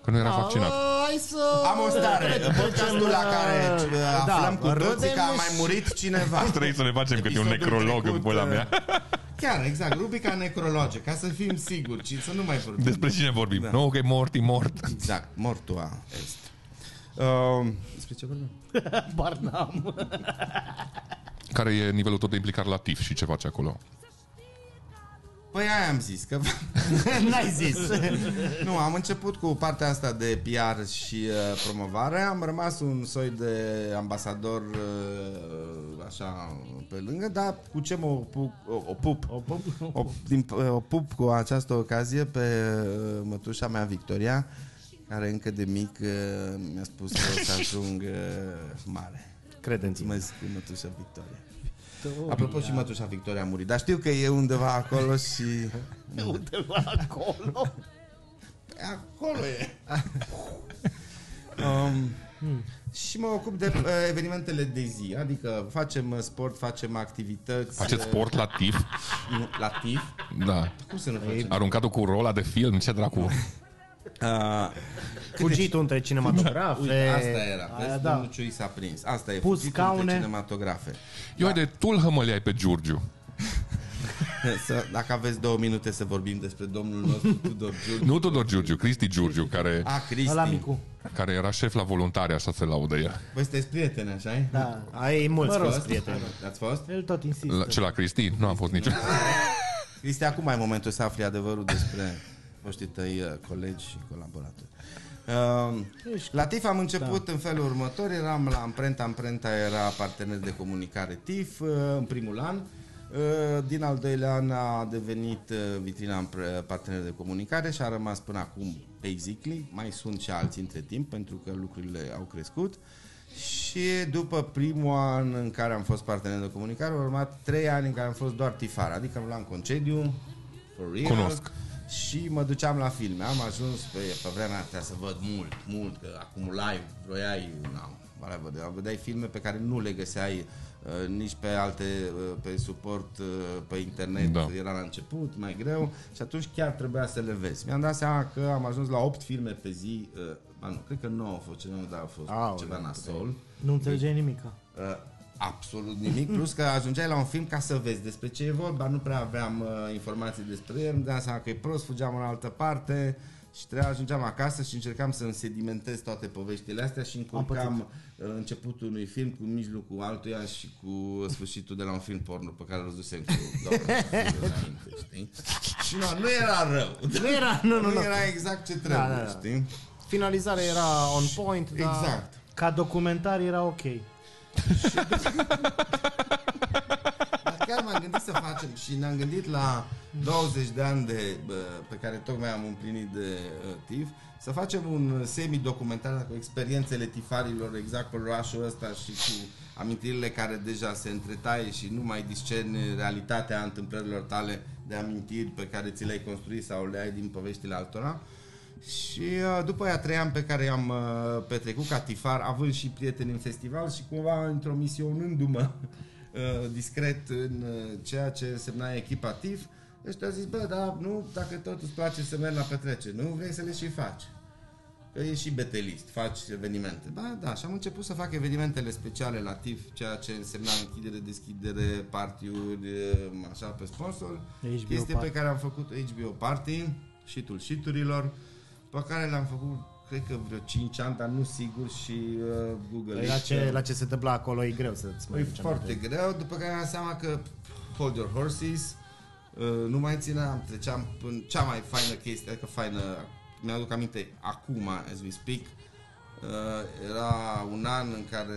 S4: Că nu era vaccinat.
S3: Hai să...
S2: Am o stare, podcastul Oh, la care uh,
S3: Da,
S2: aflăm cu toții
S3: râdem
S2: că a mai
S3: și-
S2: murit cineva.
S4: Trebuie să ne facem câte un
S2: Episodul
S4: necrolog în
S2: trecut,
S4: pula
S2: uh,
S4: mea.
S2: Chiar, exact, rubrica necrologe, ca să fim siguri și să nu mai vorbim.
S4: Despre cine vorbim? Da. Nu, că e mort, e mort.
S2: Exact, mortua est. Uh, despre ce vorbim?
S5: Barnam.
S4: Care e nivelul tot de implicare la TIF și ce face acolo?
S2: Păi aia am zis, că
S3: N-ai zis.
S2: nu, am început cu partea asta de PR și uh, promovare, am rămas un soi de ambasador uh, așa pe lângă, dar cu ce mă opup, o, opup, o, din, opup cu această ocazie pe uh, mătușa mea Victoria, care încă de mic uh, mi-a spus că o să ajung uh, mare.
S3: Crede în tine.
S2: Mulțumesc, mătușa Victoria. Apropo, și mătușa Victoria a murit, dar știu că e undeva acolo și...
S3: Undeva acolo.
S2: Păi Acolo e. um,
S5: Hmm.
S2: și mă ocup de uh, evenimentele de zi, adică facem uh, sport, facem activități.
S4: Faceți
S2: uh,
S4: sport la TIF?
S2: Nu, la TIF?
S4: Da.
S2: Cum să nu facem?
S4: Aruncat-o cu rola de film, ce dracu?
S2: Uh,
S3: Fugit între
S2: uite,
S3: cinematografe.
S2: asta era.
S5: aia
S2: Vezi,
S5: da.
S2: domnul Ciui s-a prins. Asta e.
S5: Pus
S2: fugitul
S5: scaune.
S2: de cinematografe.
S4: Eu da. de tu hămăleai pe Giurgiu.
S2: Să, dacă aveți două minute să vorbim despre domnul nostru Tudor Giurgiu.
S4: Nu Tudor Giurgiu, Cristi Giurgiu, care,
S2: A,
S5: Ăla
S2: Cristi.
S5: micu.
S4: care era șef la voluntari, așa se laudă el.
S2: Voi Păi sunteți prieteni, așa-i?
S5: Da.
S3: Ai mulți
S5: Mă rog.
S3: fost prieteni.
S2: Ați fost?
S5: El tot insistă.
S4: La, ce la Cristi? Nu am fost nici.
S2: Cristi, acum e momentul să afli adevărul despre voștrii tăi uh, colegi și colaboratori. Uh, la TIF am început da. în felul următor, eram la Amprenta, Amprenta era partener de comunicare TIF uh, în primul an, Uh, din al doilea an a devenit uh, vitrina ampre- partener de comunicare și a rămas până acum basically, mai sunt și alții între timp pentru că lucrurile au crescut și după primul an în care am fost partener de comunicare au urmat trei ani în care am fost doar tifar, adică îmi luam concediu for real,
S4: Cunosc.
S2: și mă duceam la filme. Am ajuns pe, pe vremea aia să văd mult, mult, că acumulai, vroiai, na, whatever, vedeai filme pe care nu le găseai uh, nici pe alte, uh, pe suport, uh, pe internet,
S4: Da.
S2: da. era la început, mai greu și atunci chiar trebuia să le vezi. Mi-am dat seama că am ajuns la 8 filme pe zi, uh, ba nu, cred că 9 au fost, ce nu, dar au fost
S3: Aoleu,
S2: ceva nasol.
S5: Nu înțelege nimic.
S2: Uh, absolut nimic, plus că ajungeai la un film ca să vezi despre ce e vorba, nu prea aveam uh, informații despre el, îmi dam seama că e prost, fugeam în altă parte și trebuia ajungeam acasă și încercam să sedimentez toate poveștile astea și încurcam uh, începutul unui film cu mijlocul altuia și cu sfârșitul de la un film porno pe care îl dusem cu doamna înainte, știi? Și nu, nu era rău,
S3: Nu era, nu, nu,
S2: nu
S3: nu.
S2: era exact ce trebuie, da, da, da. știi?
S3: Finalizarea era on point, dar...
S2: Exact.
S5: Ca documentar era ok.
S2: Dar chiar m-am gândit să facem și ne-am gândit la 20 de ani de, bă, pe care tocmai am împlinit de uh, TIF să facem un uh, semi-documentar cu experiențele tifarilor exact pe orașul ăsta și cu amintirile care deja se întretaie și nu mai discerni realitatea întâmplărilor tale de amintiri pe care ți le-ai construit sau le ai din poveștile altora. Și uh, după aia trei ani pe care i-am uh, petrecut ca tifar, având și prieteni în festival și cumva intromisionându-mă uh, discret în uh, ceea ce însemna echipa TIF, ăștia au zis, bă, dar nu, dacă tot îți place să mergi la petreceri, nu vrei să le și faci. Că e și betelist, faci evenimente. Ba, da, și am început să fac evenimentele speciale la TIF, ceea ce însemna închidere, deschidere, partiuri, uh, așa, pe sponsor.
S5: HBO
S2: Chestii
S5: Party.
S2: pe care am făcut HBO Party, șitul șiturilor, pe care le-am făcut cred că vreo 5 ani, dar nu sigur și uh, Google.
S3: Păi La
S2: Earth.
S3: ce, la ce se întâmplă acolo e greu să-ți mai
S2: E
S3: ducem
S2: Păi, foarte
S3: aminte.
S2: greu, după care am seama că Hold Your Horses uh, nu mai țineam, treceam până cea mai faină chestie, adică faină, mi-aduc aminte acum, as we speak, uh, era un an în care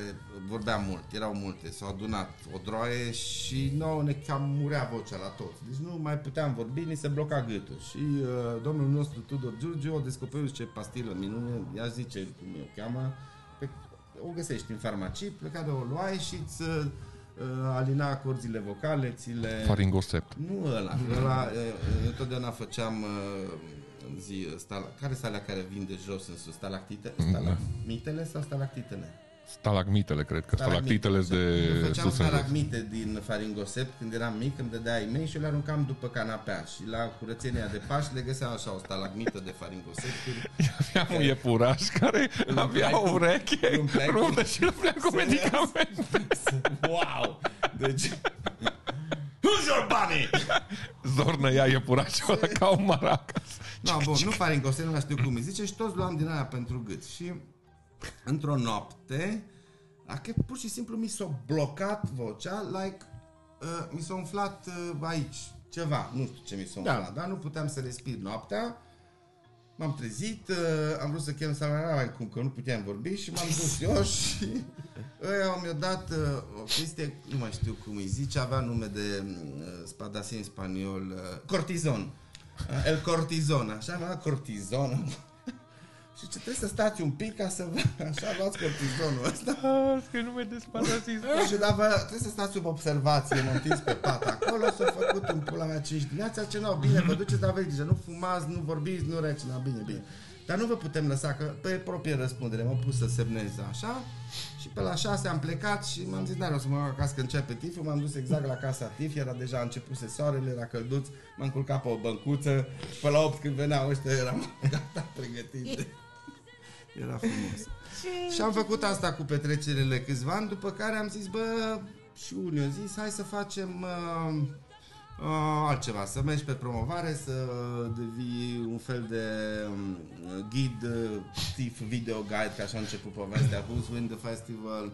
S2: vorbeam mult, erau multe, s-au adunat o droaie și nouă ne cam murea vocea la toți. Deci nu mai puteam vorbi, ni se bloca gâtul. Și uh, domnul nostru Tudor Giurgiu a descoperit ce pastilă minune, ea zice cum e o cheamă, pe, o găsești în farmacii, pe care o luai și îți uh, alina acordzile vocale, ți le...
S4: Faringosept.
S2: Nu ăla, ăla, eh, eu întotdeauna făceam eh, în zi, stala, care sunt alea care vin de jos în sus, stalactite,
S4: Mm-hmm.
S2: stalagmitele sau stalactitele?
S4: Stalagmitele, cred că. Stalactitele
S2: Eu
S4: de
S2: făceam
S4: sus în jos.
S2: stalagmite din faringosept când eram mic, îmi dădea ei mei și eu le aruncam după canapea și la curățenia de pași le găseam așa o stalagmită de faringosept
S4: Aveam un iepuraș care avea o ureche
S2: Îmi plec.
S4: ruptă și îl plea cu medicamente.
S2: Wow! Deci... your money!
S4: Zornă ia iepurașul ăla ca un maracas.
S2: No, bun, nu Faringo, să nu știu cum îi zice și toți luam din aia pentru gât. Și într-o noapte, dacă pur și simplu mi s-a blocat vocea, like, uh, mi s-a umflat uh, aici ceva, nu știu ce mi s-a umflat, da. dar nu puteam să respir noaptea. M-am trezit, uh, am vrut să chem salvarea cum că nu puteam vorbi și m-am dus eu și ăia mi-au dat uh, o chestie, nu mai știu cum îi zice, avea nume de uh, spadasin spaniol, uh, cortizon. Uh, El cortizon, așa mi-a dat cortizon. și ce trebuie să stați un pic ca să vă... Așa luați cortizonul ăsta.
S4: Că nu vedeți spadasis.
S2: Și da, vă, trebuie să stați sub observație, mă întins pe pat acolo, s-a făcut un pula mea 5 dimineața, ce n-au, bine, vă duceți, dar aveți grijă, nu fumați, nu vorbiți, nu rece, na, bine, bine. Dar nu vă putem lăsa, că pe proprie răspundere m-am pus să semnez așa și pe la 6 am plecat și m-am zis, dar o să mă duc acasă că începe tiful, m-am dus exact la casa tif, era deja începuse soarele, era călduț, m-am culcat pe o băncuță și pe la 8 când veneau ăștia eram gata, pregătit. Era frumos. Și am făcut asta cu petrecerile câțiva ani, după care am zis, bă, și unii au zis, hai să facem uh, uh, altceva, să mergi pe promovare, să devii un fel de um, ghid, uh, tif, video guide, ca așa a început povestea, Who's Win the Festival,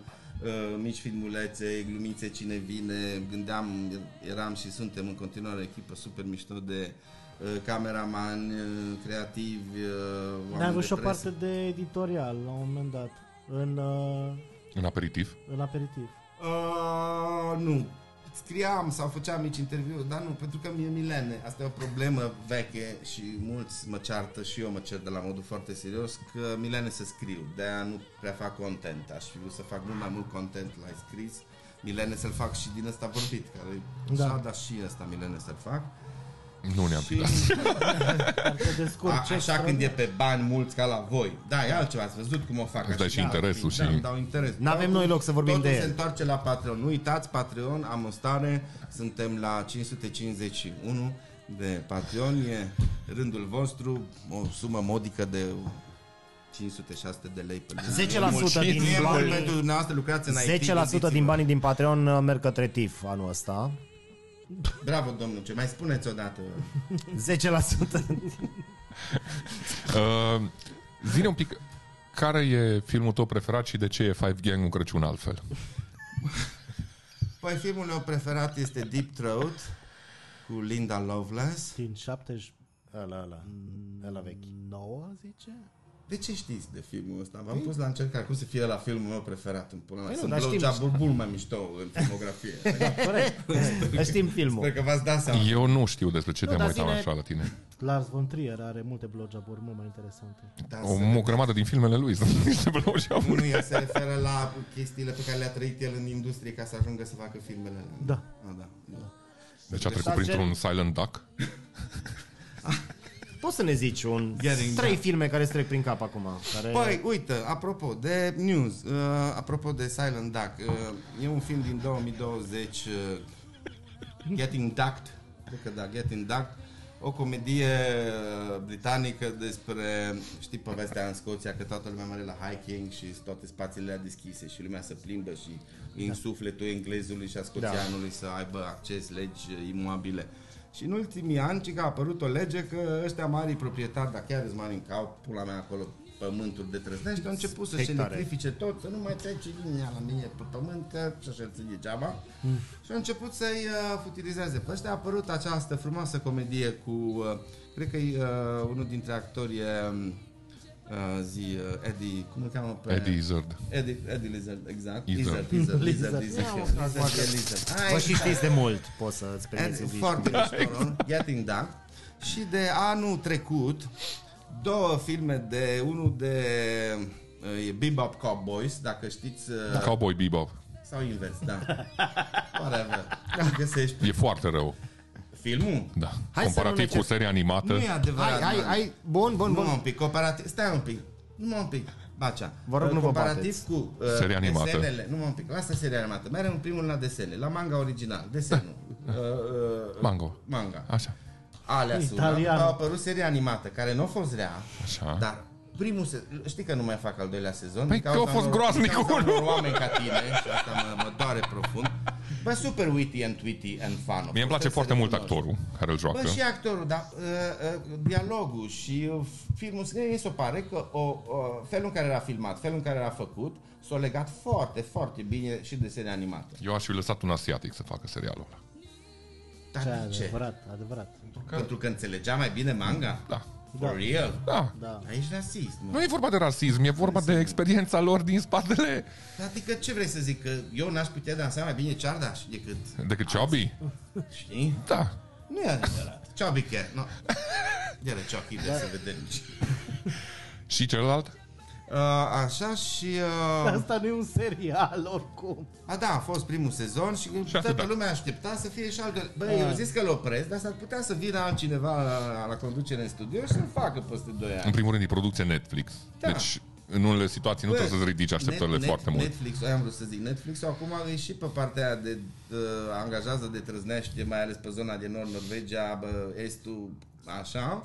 S2: uh, mici filmulețe, glumițe, cine vine, gândeam, eram și suntem în continuare o echipă super mișto de uh, cameraman, uh, creativ,
S5: Dar ai avut și o parte de editorial la un moment dat, în, uh,
S4: În aperitiv?
S5: în aperitiv.
S2: Uh, nu. Scriam sau făceam mici interviuri, dar nu, pentru că mie milene. Asta e o problemă veche și mulți mă ceartă și eu mă cer de la modul foarte serios că milene să scriu. De-aia nu prea fac content. Aș fi vrut să fac mult mai mult content la scris. Milene să-l fac și din ăsta vorbit, care
S5: Da.
S2: da. dar și ăsta milene să-l fac.
S4: Nu ne-am
S2: Și...
S4: picat.
S5: Dar te
S2: A,
S5: descurci.
S2: așa când e pe bani mulți ca la voi. Da, e altceva, ați văzut cum o fac.
S4: Îți dai
S2: așa.
S4: și interesul
S2: Da,
S4: și-
S2: îmi dau interes.
S3: N-avem
S2: Totul-
S3: noi loc să vorbim
S2: totul
S3: de
S2: se
S3: el.
S2: întoarce la Patreon. Nu uitați, Patreon, am o stare, suntem la 551 de Patreon, e rândul vostru, o sumă modică de 500-600 de lei pe lună.
S3: 10% din
S2: Nu e mult
S3: bani.
S2: pentru dumneavoastră, lucrați în IT.
S3: 10% din
S2: gândiți-vă.
S3: banii din Patreon uh, merg către TIF anul ăsta.
S2: Bravo, domnul, ce mai spuneți odată.
S3: 10%.
S4: Uh, Zine un pic, care e filmul tău preferat și de ce e Five Gang un Crăciun altfel?
S2: Păi filmul meu preferat este Deep Throat cu Linda Lovelace.
S5: Din 79,
S3: Ăla, ăla. Ăla vechi.
S5: zice?
S2: De ce știți de filmul ăsta? V-am pus la încercare cum să fie la filmul meu preferat în pula mea.
S3: Păi- nu,
S2: Sunt
S3: dar știm.
S2: blowjob-uri mult mai mișto în filmografie.
S5: Corect.
S3: Știm filmul.
S2: Sper că v-ați dat seama.
S4: Eu nu știu despre ce te-am
S3: dar
S4: uitat
S3: zine-
S4: așa la tine.
S5: Lars von Trier are multe blowjob-uri mult mai interesante.
S2: Da,
S4: O,
S2: să-
S4: o grămadă din filmele lui. sunt niște blowjob-uri.
S2: Nu, el se referă la chestiile pe care le-a trăit el în industrie ca să ajungă să facă filmele alea.
S5: Da.
S2: A, da. da.
S4: Deci a trecut printr-un silent duck.
S3: Poți să ne zici un...
S2: Getting
S3: Trei
S2: down.
S3: filme care îți trec prin cap acum. Care...
S2: Păi, uite, apropo de news, uh, apropo de Silent Duck, uh, e un film din 2020, uh, Getting Ducked, cred că da, Getting Ducked, o comedie uh, britanică despre, știi povestea în Scoția că toată lumea merge la hiking și sunt toate spațiile alea deschise și lumea se plimbă și e în sufletul englezului și a scoțianului să aibă acces legi uh, imobile. Și în ultimii ani, ci că a apărut o lege că ăștia mari proprietari, dacă chiar îți mari în cap, pula mea acolo, pământuri de trăsnești, au început să-și
S3: Hectare.
S2: electrifice tot, să nu mai trece linia la mine pe pământ, că și-așa țin degeaba. Mm. Și au început să-i uh, futilizeze. Pe ăștia a apărut această frumoasă comedie cu, uh, cred că uh, unul dintre actori e, uh, zi, uh, Eddie, cum îl cheamă pe...
S4: Eddie Izzard.
S2: Eddie, Eddie Lizard, exact.
S4: Lizard.
S2: Lizard, Lizard, Lizard, Lizard,
S5: Lizard.
S2: Lizard, e Lizard. Hai,
S3: Vă și știți de mult, poți să îți permiți să
S2: And,
S3: zici.
S2: foarte mișto, Getting Duck. da. Și de anul trecut, două filme de unul de uh, e Bebop Cowboys, dacă știți, uh,
S3: Da.
S4: Cowboy Bebop.
S2: sau invers, da. Whatever. Dacă găsești
S4: E foarte rău.
S2: filmul.
S4: Da.
S3: Hai să nu
S4: Comparativ
S3: ne
S4: cu
S3: cer-
S4: seria animată.
S2: Nu e adevărat.
S3: Hai, hai,
S2: man.
S3: hai. Bun, bun,
S2: Numai
S3: bun.
S2: un pic, comparativ. Stai un pic. Numai un pic. Bacea.
S3: Vă rog, nu vă
S2: Uh, Comparativ
S3: bateți.
S2: cu uh,
S4: Serie animată.
S2: desenele. Numai un pic. Lasă seria animată. Mergem în primul la desene. La manga original. Desenul. Uh, uh,
S4: Mango.
S2: manga.
S4: Așa.
S2: Alea sunt.
S5: Italian.
S2: Au apărut seria animată, care nu a fost rea,
S4: Așa.
S2: dar primul se... Știi că nu mai fac al doilea sezon?
S4: Păi
S2: din cauza
S4: că a fost
S2: unor- din
S4: groaznic
S2: cauza
S4: unul.
S2: unor oameni ca tine și asta mă, mă doare profund. Bă, super witty and witty and fun.
S4: Mie îmi place foarte mult actorul care îl joacă.
S2: Bă, și actorul, dar uh, uh, dialogul și uh, filmul, ei se pare că o, uh, felul în care era filmat, felul în care era făcut, s-a legat foarte, foarte bine și de serie animată.
S4: Eu aș fi lăsat un asiatic să facă serialul ăla.
S2: Dar
S5: Da,
S2: de ce?
S5: adevărat, adevărat.
S2: Pentru că înțelegea mai bine manga?
S4: Da.
S2: For real?
S4: Da.
S5: Da.
S2: Dar ești rasist, mă.
S4: Nu e vorba de rasism, e vorba de experiența lor din spatele
S2: Adică ce vrei să zic? Că eu n-aș putea dansa mai bine ciardaș decât,
S4: decât Chubby.
S2: știi?
S4: Da.
S2: Nu e adevărat. Ciao, Biche. No. Ia-le ciao, da. să vedem.
S4: Și celălalt?
S2: Uh, așa și...
S5: Dar
S2: Uh,
S5: Asta nu e un serial, oricum.
S2: a, da, a fost primul sezon și, și toată
S4: atâta.
S2: lumea aștepta să fie și al doilea. Băi, eu zis că-l opresc, dar s-ar putea să vină altcineva la, la conducere în studio și să-l facă peste 2
S4: În
S2: ani.
S4: primul rând e producție Netflix.
S2: Da.
S4: Deci, în unele situații nu
S2: Bă,
S4: trebuie să-ți ridici așteptările foarte mult.
S2: Netflix, aia am vrut să zic, Netflix acum e și pe partea aia de uh, angajează de trăznește, mai ales pe zona de nord, Norvegia, bă, estul, așa.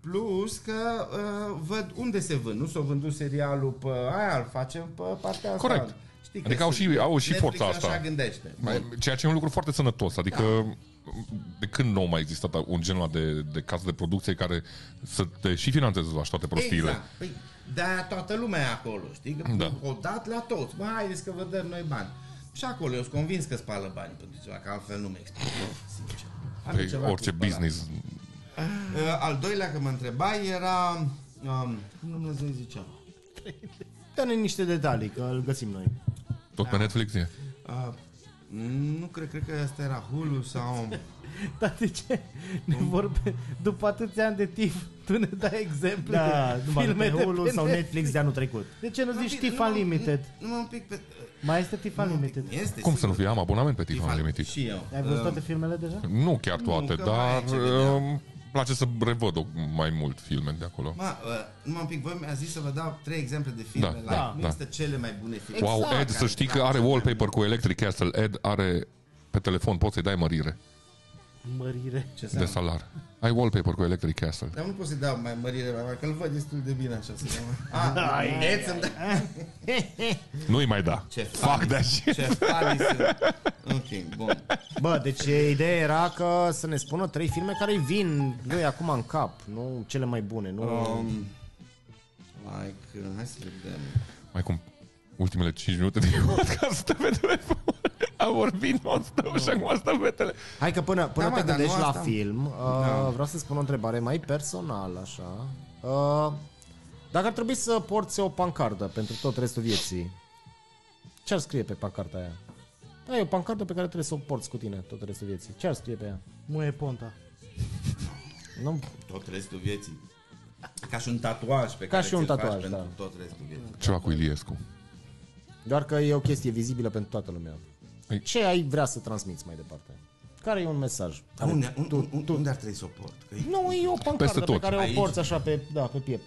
S2: Plus că uh, văd unde se vând, nu s-a vândut serialul pe aia, îl facem pe partea asta.
S4: Corect.
S2: Știi că
S4: Adică au
S2: se-
S4: și- au și
S2: Netflix
S4: forța asta.
S2: așa gândește.
S4: Mai- Ceea ce e un lucru foarte sănătos, adică
S2: Da.
S4: de când nu a mai existat un genul ăla de, de caz de producție care să te și finanțeze la toate prostiile.
S2: Exact. Păi, de-aia toată lumea e acolo, știi? Că
S4: Da.
S2: O dat la toți. Bă, haideți că vă dăm noi bani. Și acolo, eu sunt convins că spală bani pentru ceva, că altfel nu mi explic, sincer. Are
S4: Păi,
S2: ceva
S4: orice
S2: cu spălat.
S4: business.
S2: Uh, al doilea că mă întrebai era... Um, nu mă zi ziceam.
S3: Dă-ne niște detalii, că îl găsim noi.
S4: Tot
S2: Da.
S4: pe Netflix e.
S2: Uh, nu cred, cred că asta era Hulu sau...
S5: Dar de ce ne vorbe... După atâția ani de tif, tu ne dai exemple
S3: Da,
S5: de
S3: numai
S5: filme
S3: pe
S5: de
S3: Hulu
S5: pe
S3: sau
S5: net.
S3: Netflix de anul trecut.
S5: De ce nu zici
S2: Nu,
S5: Tif Unlimited?
S2: Nu, nu, un pic pe...
S5: Mai este Tif Unlimited?
S2: Este,
S4: Cum să nu
S2: sigur.
S4: fie? Am abonament pe
S2: Tiff
S4: TV Unlimited.
S2: Și eu.
S5: Ai văzut toate filmele deja?
S4: Nu chiar toate,
S2: că
S4: dar um,
S2: mai e ce vedea.
S4: îmi place să revăd o- mai mult filme de acolo.
S2: Mă, uh, numai un pic, voi mi-a zis să vă dau trei exemple de filme
S4: Da,
S2: la
S4: da,
S2: nu
S4: da.
S2: există cele mai bune filme.
S4: Wow, Ed, să
S2: Care
S4: știi
S2: îmi
S4: că are
S2: plac.
S4: wallpaper cu Electric Castle. Ed are pe telefon, poți să-i dai mărire
S5: Mărire.
S2: Ce
S4: de
S2: înseamnă?
S4: salar. Ai wallpaper cu Electric Castle.
S2: Dar nu pot să-i dau mai mărire mai mare, că îl văd destul de bine așa. Să Ah, A, Ed să-mi dai...
S4: Nu-i mai da.
S2: Ce
S4: Fuck that shit.
S2: Ce fani sunt. În fin, bun.
S3: Bă, deci ideea era că să ne spună trei filme care îi vin lui acum în cap, nu cele mai bune, nu...
S2: Um, like, uh, hai să vedem.
S4: Mai cum ultimele 5 minute din podcast stă pe telefon. A vorbit non-stop și acum stă pe telefon.
S3: Hai că până, până
S2: Da,
S3: da,
S2: mă,
S3: te
S2: dar
S3: gândești
S2: nu
S3: la
S2: asta-
S3: film, uh, da. vreau să spun o întrebare mai personală, așa. Uh, dacă ar trebui să porți o pancardă pentru tot restul vieții, ce ar scrie pe pancarda aia? Da, e o pancardă pe care trebuie să o porți cu tine tot restul vieții. Ce ar scrie pe ea?
S5: Muie Ponta.
S3: Nu?
S2: Tot restul vieții. Ca și un tatuaj pe
S3: Ca
S2: care
S3: și un
S2: ți-l
S3: tatuaj,
S2: faci
S3: da.
S2: pentru tot restul vieții.
S4: Ceva cu Iliescu.
S3: Doar că e o chestie vizibilă pentru toată lumea.
S2: Păi-
S4: Ei.
S3: Ce ai vrea să transmiți mai departe? Care e un mesaj?
S2: Dar unde, un, un, un, unde ar trebui să o port? Că e
S3: Nu, e o
S4: Peste
S3: pancardă pe
S4: tot.
S3: care
S2: Aici.
S3: o porți așa pe, da, pe piept.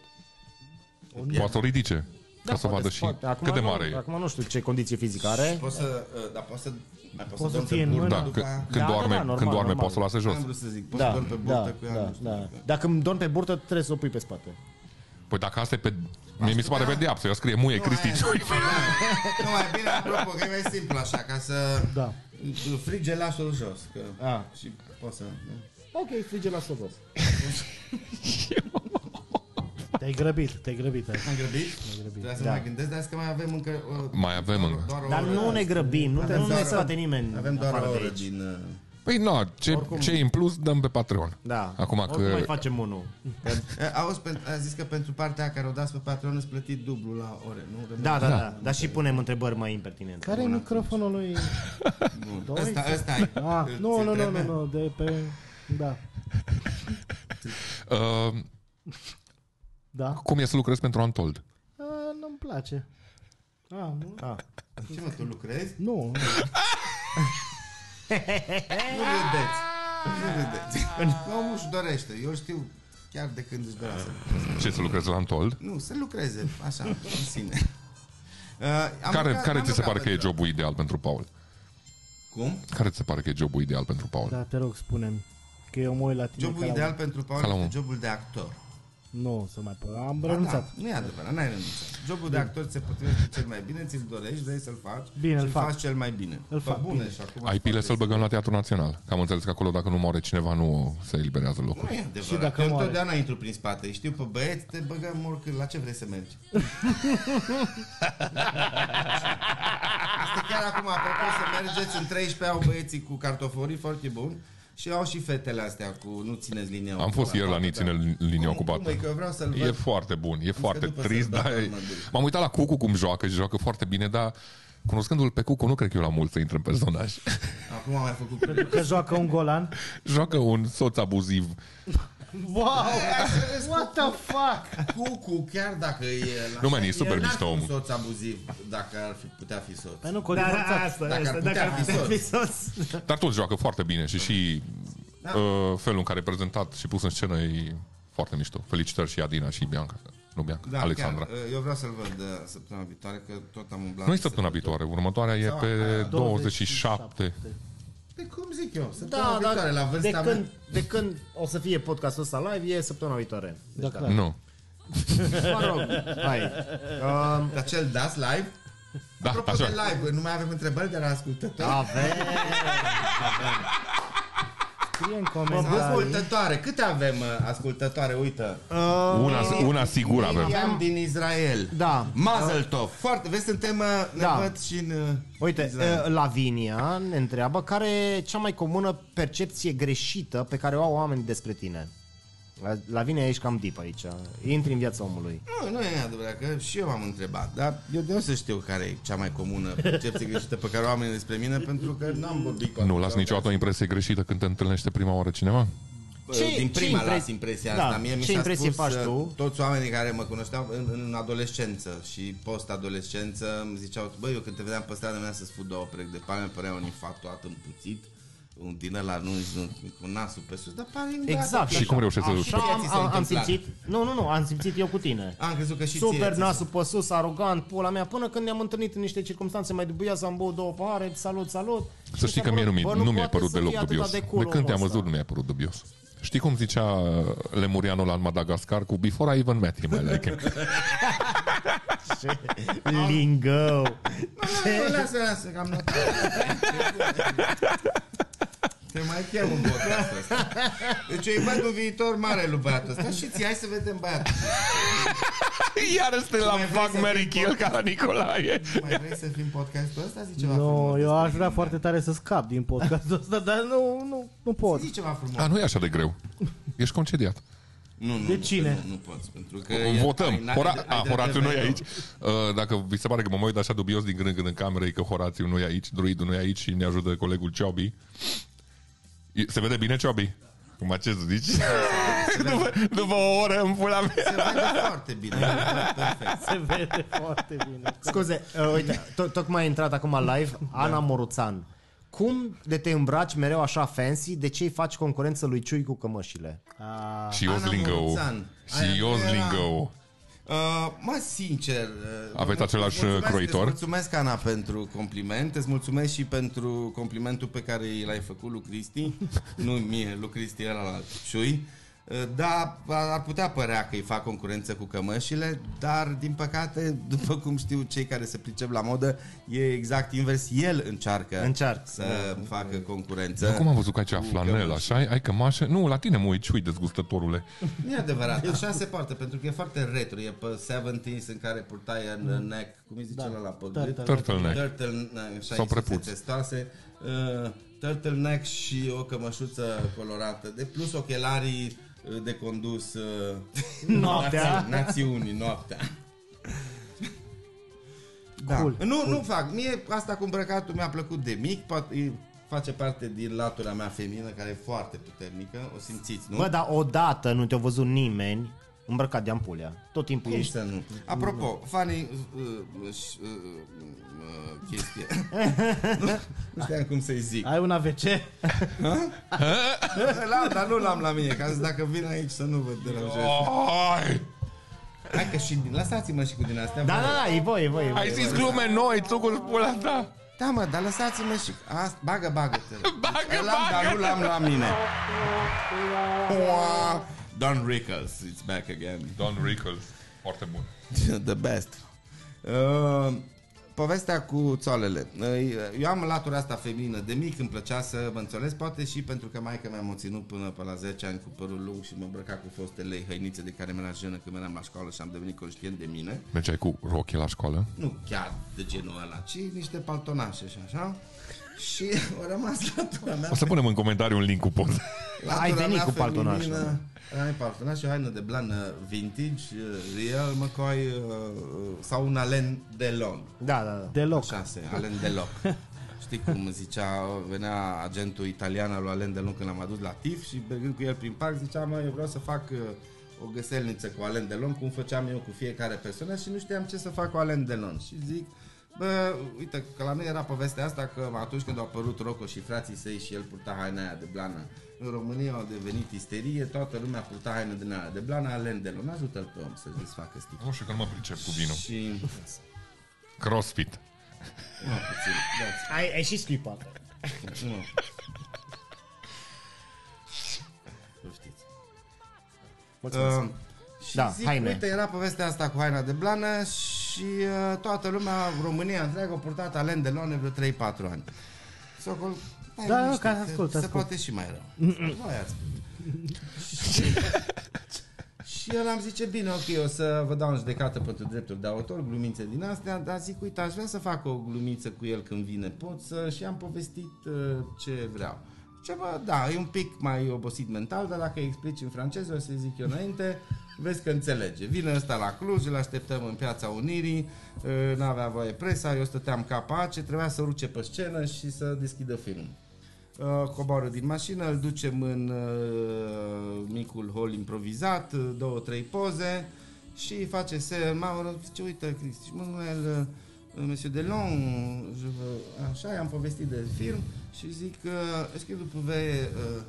S4: Poate să o ridice. Ca să
S3: Da,
S4: o
S3: poate
S4: vadă
S3: se
S4: și
S3: poate. Acum
S4: cât de
S3: nu-
S4: mare e.
S3: Acum nu știu ce condiție fizică are.
S2: Poți să, uh, dar poți să, mai poți,
S5: Poți
S2: să
S5: să
S2: dormi
S5: ții
S2: pe
S5: în
S2: burtă
S5: mână.
S4: Da,
S2: după
S4: că-
S2: aia?
S4: când
S3: Da, da,
S4: doarme,
S3: da, normal,
S4: când doarme
S3: normal.
S4: poți să o lase jos.
S2: Am vrut să zic, poți
S3: Da,
S2: să dormi pe burtă
S3: da,
S2: cu ea,
S3: da,
S2: nu știu.
S3: da. Dacă îmi dorm pe burtă, trebuie să o pui pe spate.
S4: Păi dacă asta e pe... Mie mi se
S3: Da.
S4: pare pedeapsă, ea scrie muie Cristi.
S2: Nu, mai bine, apropo, că e mai simplu așa, ca să
S5: Da.
S2: frige lasul jos. Că...
S3: Ah.
S2: Și poți să...
S3: Ok, frige la sovos.
S5: Te-ai grăbit, te-ai grăbit. ai.
S2: Am grăbit? Trebuia să
S3: Da.
S2: mai gândesc, dar zic că mai avem încă... uh,
S4: Mai avem încă.
S2: doar o
S3: Dar
S2: oră.
S3: nu ne grăbim, nu,
S2: Avem
S3: nu
S2: doar
S3: ne
S2: o-
S3: scoate nimeni
S2: Avem doar
S3: afară
S2: o
S3: de
S2: oră
S3: aici.
S2: din... uh,
S4: Păi na, ce, ce e în plus dăm pe Patreon.
S3: Da,
S4: Acum
S3: oricum
S4: că-
S3: mai facem unul.
S2: eh, Auzi, pen- a zis că pentru partea care o dați pe Patreon îți plăti dublu la ore, nu?
S3: Da, da, da, da. Dar și punem întrebări mai impertinente.
S5: Care e microfonul lui?
S2: Bun. Ăsta, ăsta e.
S5: Ah,
S2: Îl-
S5: nu,
S2: ți-l
S5: nu, nu,
S2: trebuie?
S5: nu, nu, de pe... Da,
S4: Uh,
S5: da.
S4: cum e să lucrezi pentru Antold?
S5: A, nu-mi place. A, nu.
S3: Ah.
S2: Ce mă, tu lucrezi?
S5: Nu, nu.
S2: Nu râdeți. Nu râdeți.
S5: Ah.
S2: Omul își dorește. Eu știu chiar de când își dorea să
S4: Ce să lucrezi la Antold?
S2: Nu, să lucreze așa, în sine. Uh, am
S4: Care,
S2: lucrat-
S4: care
S2: am
S4: ți se
S2: lucrat
S4: pare că e
S2: pentru-
S4: jobul ideal pentru Paul?
S2: Cum?
S4: Care ți se pare că e jobul ideal pentru Paul?
S5: Da, te rog, spune-mi. Că eu mă uit la tine.
S2: Jobul
S5: ca la
S2: ideal
S5: un-
S2: pentru Paul
S4: Ca la un-
S2: este jobul de actor.
S5: Nu, să mai pot. Am renunțat.
S2: Da, nu e adevărat, n-ai renunțat. Jobul de actor se potrivește cel mai bine, ți-l dorești, vrei să-l faci
S5: Bine,
S2: și
S5: îl fac.
S2: faci cel mai bine.
S5: Îl
S2: Pe
S5: fac
S2: bune
S5: bine.
S2: și acum...
S4: Ai pile să-l băgăm la Teatrul Național. Că am înțeles că acolo dacă nu moare cineva nu se eliberează locul.
S2: Nu e adevărat.
S5: Păi, Și dacă
S2: Eu
S5: moare.
S2: întotdeauna intru prin spate. Știu, pe băieți, te băgăm oricând. La ce vrei să mergi? Asta chiar acum, apropo, să mergeți în 13 au băieții cu cartoforii foarte buni și au și fetele astea cu nu țineți linia
S4: Am fost ieri la
S2: ocupată,
S4: Niține
S2: da.
S4: în linia
S2: Cum-
S4: ocupată.
S2: Cum e că eu vreau să-l
S4: E
S2: văd.
S4: foarte bun, e foarte
S2: după
S4: trist,
S2: sărbători
S4: dar e-
S2: mă duc.
S4: m-am uitat la Cucu cum joacă și joacă foarte bine, dar cunoscându-l pe Cucu, nu cred că eu la mult să intre în personaj.
S2: Acum am mai făcut cred.
S5: Că joacă un golan.
S4: joacă un soț abuziv.
S5: Wow! What the fuck?
S2: Cucu, chiar dacă e... La
S4: Nu, man, e
S2: el
S4: super
S2: n-ar
S4: mișto
S2: fi un
S4: omul.
S2: soț abuziv, dacă ar fi, putea fi soț.
S5: Păi nu, că
S6: Dar
S5: da,
S6: asta,
S2: Dacă ar
S6: asta,
S2: putea
S6: dacă ar
S2: fi
S6: putea
S2: sos.
S6: fi sos.
S4: Dar tot joacă foarte bine și și da. uh, felul în care e prezentat și pus în scenă e foarte mișto. Felicitări și Adina și Bianca. Nu Bianca, da, Alexandra. Chiar.
S2: Chiar, eu vreau să-l văd uh, săptămâna viitoare, că tot am umblat.
S4: Nu e săptămâna viitoare, următoarea e pe 27.
S2: Pe cum zic eu,
S3: Da,
S2: săptămâna da,
S3: da,
S2: viitoare, la
S3: de
S2: vârsta
S3: când,
S2: mea.
S3: de când o să fie podcastul ăsta live e săptămâna viitoare. Deci,
S5: Da,
S3: da,
S5: clar.
S4: Nu.
S3: mă rog, hai. Um,
S2: Dar cel das live?
S4: Da,
S2: Apropo
S4: așa.
S2: de live, nu mai avem întrebări de la ascultători?
S3: avem,
S5: Scrie în
S2: Sau
S3: da,
S5: comentarii.
S2: Ascultătoare, câte avem uh, ascultătoare? Uită.
S3: Uh-huh.
S4: Una, una sigură avem.
S2: Miriam din Israel.
S3: da,
S2: Mazel tov. Foarte, vezi, suntem, uh, ne
S3: Da.
S2: văd și în uh,
S3: Uite,
S2: Israel.
S3: eh, Lavinia ne întreabă care e cea mai comună percepție greșită pe care o au oamenii despre tine. La- Lavinia, ești cam deep aici. Intri în viața omului.
S2: Nu, nu e adevărat, că și eu m-am întrebat, dar eu de unde să știu care e cea mai comună percepție greșită pe care o am despre mine, pentru că n-am vorbit cu
S4: Nu las
S2: alții.
S4: niciodată o impresie greșită când te întâlnește prima oară cineva?
S2: Bă,
S3: Ce-
S2: din
S3: ce
S2: prima
S3: impre-
S2: las impresia
S3: Da,
S2: asta. Mie mi
S3: ce
S2: s-a
S3: impresie
S2: spus,
S3: faci
S2: uh,
S3: tu?
S2: Toți oamenii care mă cunoșteau în, în adolescență și post-adolescență îmi ziceau, băi, eu când te vedeam pe stradă, mi-a să-ți fut două perechi de palme, părea un infat toat împuțit, un din ăla nu cu nasul pe sus, dar pare
S3: Exact.
S4: Și cum reușești să-
S3: Așa
S2: Și ție
S3: am,
S2: ți s-a
S3: am, am
S2: întâmplat.
S3: simțit. Nu, nu, nu, am simțit eu cu tine.
S2: Am crezut că și ție
S3: Super
S2: ți-
S3: nasul pe sus, arogant, pula mea, până când ne-am întâlnit în niște circunstanțe mai dubioase, am băut două pahare, salut, salut.
S4: Să știi că mie nu, mi- nu mi-a părut deloc dubios.
S3: De,
S4: De, când te-am văzut nu mi-a părut dubios. Știi cum zicea uh, lemurianul la Madagascar cu Before I even met him, I like him.
S3: Lingo.
S2: Nu, lasă, lasă, că am notat. Te mai chem în podcastul ăsta. Deci eu îi văd un viitor mare lui băiatul ăsta și ți hai să vedem băiatul.
S4: Iar este la Fuck, Mary Kill ca la Nicolae.
S2: Mai vrei să fii în podcastul ăsta? Zici ceva frumos.
S5: Nu, eu aș
S2: despre
S5: vrea
S2: mine.
S5: foarte tare să scap din podcastul ăsta, dar nu, nu, nu pot.
S2: Zici ceva frumos.
S4: A, nu e așa de greu. Ești concediat.
S2: Nu, nu,
S5: De
S2: nu,
S5: cine?
S2: Nu, nu poți, pentru că...
S4: Votăm.
S2: Ai-
S4: Hora...
S2: ai- ai
S4: A, Horațiu
S2: dreptate
S4: nu e
S2: pe
S4: aici.
S2: el.
S4: Uh, Dacă vi se pare că mă mai uit așa dubios din când în când în cameră, e că Horațiu nu e aici, druidul nu e aici și ne ajută colegul Ciobi. E- Se vede bine, Ciobi? Cum ce să zici? după, după o oră în pula mea.
S2: Se vede foarte bine. Perfect.
S5: Se vede foarte bine.
S3: Scuze, uh, uite, Da. to- tocmai a intrat acum live Ana Moruțan. Cum de te îmbraci mereu așa fancy, de ce îi faci concurență lui Ciui cu cămășile? Ah.
S4: Și
S2: Ana
S4: Ozlingo.
S2: Moruțan. Aia
S4: Și Ozlingo.
S2: Uh, mă, sincer... Uh,
S4: Aveți
S2: vă
S4: același,
S2: mulțumesc,
S4: croitor?
S2: Îți mulțumesc, Ana, pentru compliment. Îți mulțumesc și pentru complimentul pe care l-ai făcut lui Cristi. nu mie, lui Cristi, ăla la Ciui. Uh, Da, ar ar putea părea că îi fac concurență cu cămășile, dar din păcate, după cum știu cei care se pricep la modă, e exact invers. El încearcă,
S3: Încearcă,
S2: să facă concurență.
S4: Cum am văzut că aici flanel, așa? Ai ai cămașă? Nu, la tine mă uit, ciui, dezgustătorule.
S2: Nu e adevărat, așa se poartă, pentru că e foarte retro, e pe 70 în care purtai în neck, cum îi zice Mm. da, la pe gât?
S4: Turtleneck.
S2: Turtleneck, așa
S4: Sau
S2: Sau
S4: prepuț.
S2: prepuț. Testoase, uh, turtleneck și o cămășuță colorată, de plus ochelarii uh, de condus uh,
S5: Noaptea.
S2: nați- națiunii, noaptea. Da.
S5: Cool.
S2: Nu, nu fac. Mie asta cu îmbrăcatul mi-a plăcut de mic, poate e- face parte din latura mea feminină care e foarte puternică, o simțiți, nu?
S3: Bă, dar odată nu te-a văzut nimeni îmbrăcat de ampulea. Tot timpul
S2: Cum
S3: ești...
S2: să nu? Apropo, funny uh, uh, și, uh, uh, chestie. nu, nu știam cum să-i zic.
S5: Ai un AVC?
S2: L-am, dar nu l-am la mine, ca să dacă vin aici să nu vă deranjez.
S4: Ai,
S2: Hai că și lăsați-mă și cu din astea.
S3: Da,
S2: vă
S3: da,
S2: rog.
S3: da, e voi, e voi, e voi.
S4: ai zis glume noi, țucul pula ta.
S2: da, mă, dar lăsați-mă și... Asta, bagă, Deci, bagă-te.
S4: Bagă,
S2: L-am, dar nu l-am la mine. Don Rickles, it's back again.
S4: Don Rickles. Foarte bun.
S2: The best. Uh, povestea cu țoalele. Uh, Eu am latura asta feminină. De mic îmi plăcea să mă înțeles, poate și pentru că maica mea m-a ținut până pe la 10 ani cu părul lung și mă îmbrăca cu fostele ei hăinițe de care mi-era jenă când eram la școală și am devenit conștient de mine.
S4: Mergeai cu rochii la școală?
S2: Nu chiar de genul ăla, ci niște paltonașe și așa. Și a rămas latura mea
S4: O să punem în comentariu un link cu poza.
S3: Ai
S2: Latura
S3: venit
S2: mea
S3: cu paltonașul.
S2: feminină, Ai paltonaș și o haină de blană vintage, uh, real, McCoy, uh, uh, sau un Alen Delon.
S3: Da, da, da.
S5: Deloc.
S2: Așa se, Alen Delon. Știi cum zicea, venea agentul italian al lui Alen Delon când l-am adus la TIF și mergând cu el prin parc zicea, mă, eu vreau să fac uh, o găselniță cu Alen Delon, cum făceam eu cu fiecare persoană și nu știam ce să fac cu Alen Delon. Și zic, Bă, uite, că la noi era povestea asta că atunci când au apărut Rocco și frații săi și el purta haina aia de blană, în România au devenit isterie, toată lumea purta haine din aia de blană, Alen Delon, ajută-l pe om să-și desfacă sticla.
S4: Nu știu că nu mă pricep cu vinul.
S2: Și...
S4: Crossfit.
S2: Nu, puțin, da
S3: Ai, ai și scuipat.
S2: Nu. Nu știți.
S3: Mulțumesc.
S2: Uh, și
S3: Da,
S2: da, zic,
S3: haine.
S2: haine. uite, era povestea asta cu haina de blană și uh, toată lumea, România întreagă, a purtat alen de lone vreo 3-4 ani. Socol, stai
S5: Da,
S2: liniștit,
S5: ca-
S2: că
S5: ascult,
S2: Se
S5: ascult.
S2: poate și mai rău. Voi ați Și- Și el am zice, bine, ok, o să vă dau în judecată pentru drepturi de autor, glumințe din astea, dar zic, uite, aș vrea să fac o glumiță cu el când vine, pot să... și am povestit uh, ce vreau. Ce bă, da, e un pic mai obosit mental, dar dacă îi explici în franceză, o să zic eu înainte, vezi că înțelege. Vine ăsta la Cluj, îl așteptăm în Piața Unirii, uh, n-avea voie presa, eu stăteam capa, ce trebuia să ruce pe scenă și să deschidă filmul. Uh, coboară din mașină, îl ducem în uh, micul hol improvizat, uh, două, trei poze și îi face se Mauro, zice, uite, Cristi, Manuel, uh, Monsieur Delon, je veux... așa, i-am povestit de film și zic, uh, est-ce que vous pouvez uh,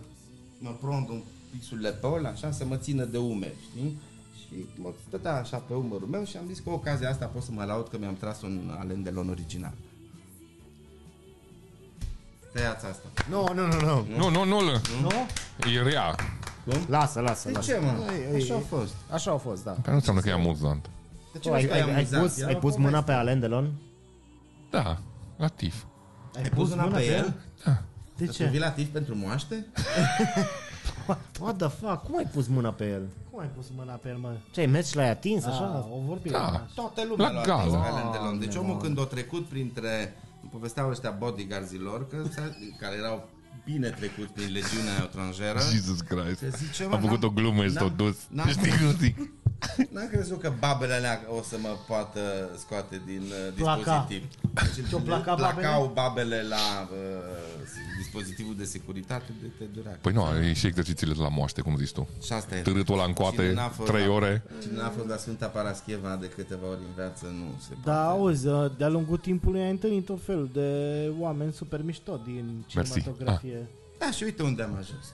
S2: mă prond un pic sub lepol, așa, să mă țină de umeri, știi? Și mă stătea așa pe umărul meu și am zis că ocazia asta pot să mă laud că mi-am tras un Alain Delon original. Tăiați asta.
S3: Nu, nu, nu, nu.
S4: Nu, nu, nu.
S3: Nu?
S4: E rea.
S3: Lasă, lasă,
S2: De
S3: lasă.
S2: ce, mă?
S3: Ei, ei,
S2: Așa a fost.
S3: Așa a fost, da.
S4: Dar nu înseamnă că e amuzant.
S2: De ce
S3: Tu
S2: nu
S3: ai,
S2: știu,
S3: ai,
S2: ai
S3: ai,
S2: amuzat?
S3: pus,
S2: Era
S3: ai
S2: o
S3: pus mâna
S2: poveste.
S3: pe Alain Delon?
S4: Da, la tif.
S2: Ai pus mâna pe el?
S5: De
S2: Să vii
S5: ce?
S2: la TIF pentru moaște?
S3: What the fuck? Cum ai pus mâna pe el? Ah.
S5: Cum ai pus mâna pe el, mă?
S3: Ce, ai mers și l-ai atins,
S5: Așa,
S3: așa?
S5: o vorbire.
S4: Da.
S2: Toată lumea
S4: La
S2: lua
S4: gală.
S2: atenție pe Alain Delon. Deci omul când o trecut printre, îmi povesteau ăștia bodyguardilor, că, s-a- care erau bine trecuți prin legiunea etranjeră,
S4: Jesus Christ.
S2: Te zice, mă,
S4: Am făcut o
S2: n-am-
S4: glumă, este o
S2: n-am-
S4: dus.
S2: n-am-
S4: Știi cum zic?
S2: n-am crezut că babele alea o să mă poată scoate din uh,
S5: Placa.
S2: dispozitiv. Deci
S5: Te-o placa
S2: placau babele la uh, dispozitivul de securitate de te durea.
S4: Păi nu, e și exercițiile de la moaște, cum zici tu.
S2: Și asta e.
S4: Târâtul ăla în
S2: Cine
S4: coate,
S2: n-a fost
S4: trei
S2: la-
S4: ore.
S2: Cine n-a fost la Sfânta Parascheva de câteva ori în viață, nu se poate.
S5: Da, auzi, de-a lungul timpului ai întâlnit tot felul de oameni super mișto din
S4: Mersi.
S5: cinematografie.
S3: Ah.
S2: Da, și uite unde am ajuns.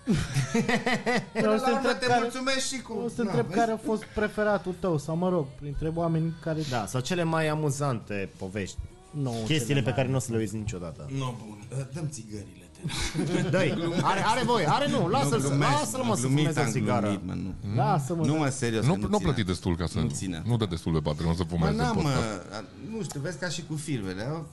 S5: Vreau să te
S2: la urmă
S5: întreb
S2: te
S5: care,
S2: mulțumesc și cu...
S5: o să
S3: Da,
S2: Na,
S5: întreb
S2: vezi?
S5: care a fost preferatul tău, sau mă rog, printre oameni care...
S3: Da, sau cele mai amuzante povești.
S5: Nu,
S3: Chestiile
S5: cele
S3: pe
S5: mai-
S3: care nu o să le uiți niciodată.
S2: Nu, bun. Dăm țigările, te rog.
S3: Dă-i, are, are voie, are nu, lasă-l să,
S2: Glumesc,
S3: lasă-l mă
S2: am
S3: să
S2: glumit,
S3: fumeze o
S2: am
S3: țigară.
S2: glumit, mă, nu.
S5: Lasă-mă,
S2: Nu
S5: da.
S2: mă, serios,
S4: Nu,
S2: că
S4: nu a
S2: ține.
S4: plătit destul ca să...
S2: Nu ține.
S4: Nu dă destul pe Patreon să
S2: Mă,
S4: fumeze
S2: n-am,
S4: podcast.
S2: mă, nu știu, vezi ca și cu filmele. au-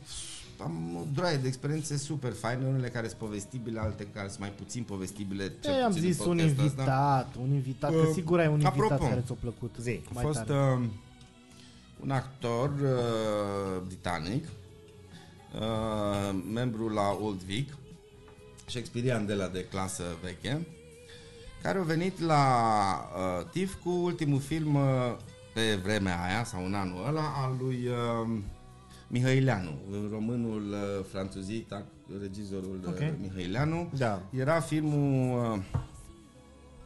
S2: Am o droaie de experiențe super faine, unele care sunt povestibile, alte care sunt mai puțin povestibile.
S5: Ce Păi, am
S2: puțin în
S5: zis un
S2: podcastul ăsta.
S5: invitat, un invitat, că
S2: Uh,
S5: sigur ai un invitat
S2: apropo,
S5: care ți-a plăcut. Zi,
S2: A
S5: mai
S2: fost
S5: tare.
S2: uh, un actor uh, britanic, uh, membru la Old Vic, Shakespearean de la de clasă veche, care a venit la uh, TIF cu ultimul film uh, pe vremea aia sau în anul ăla al lui uh, Mihăileanu, românul uh, franțuzit, ac- regizorul okay.
S5: Ok.
S2: Mihăileanu.
S3: Da.
S2: Era filmul, uh,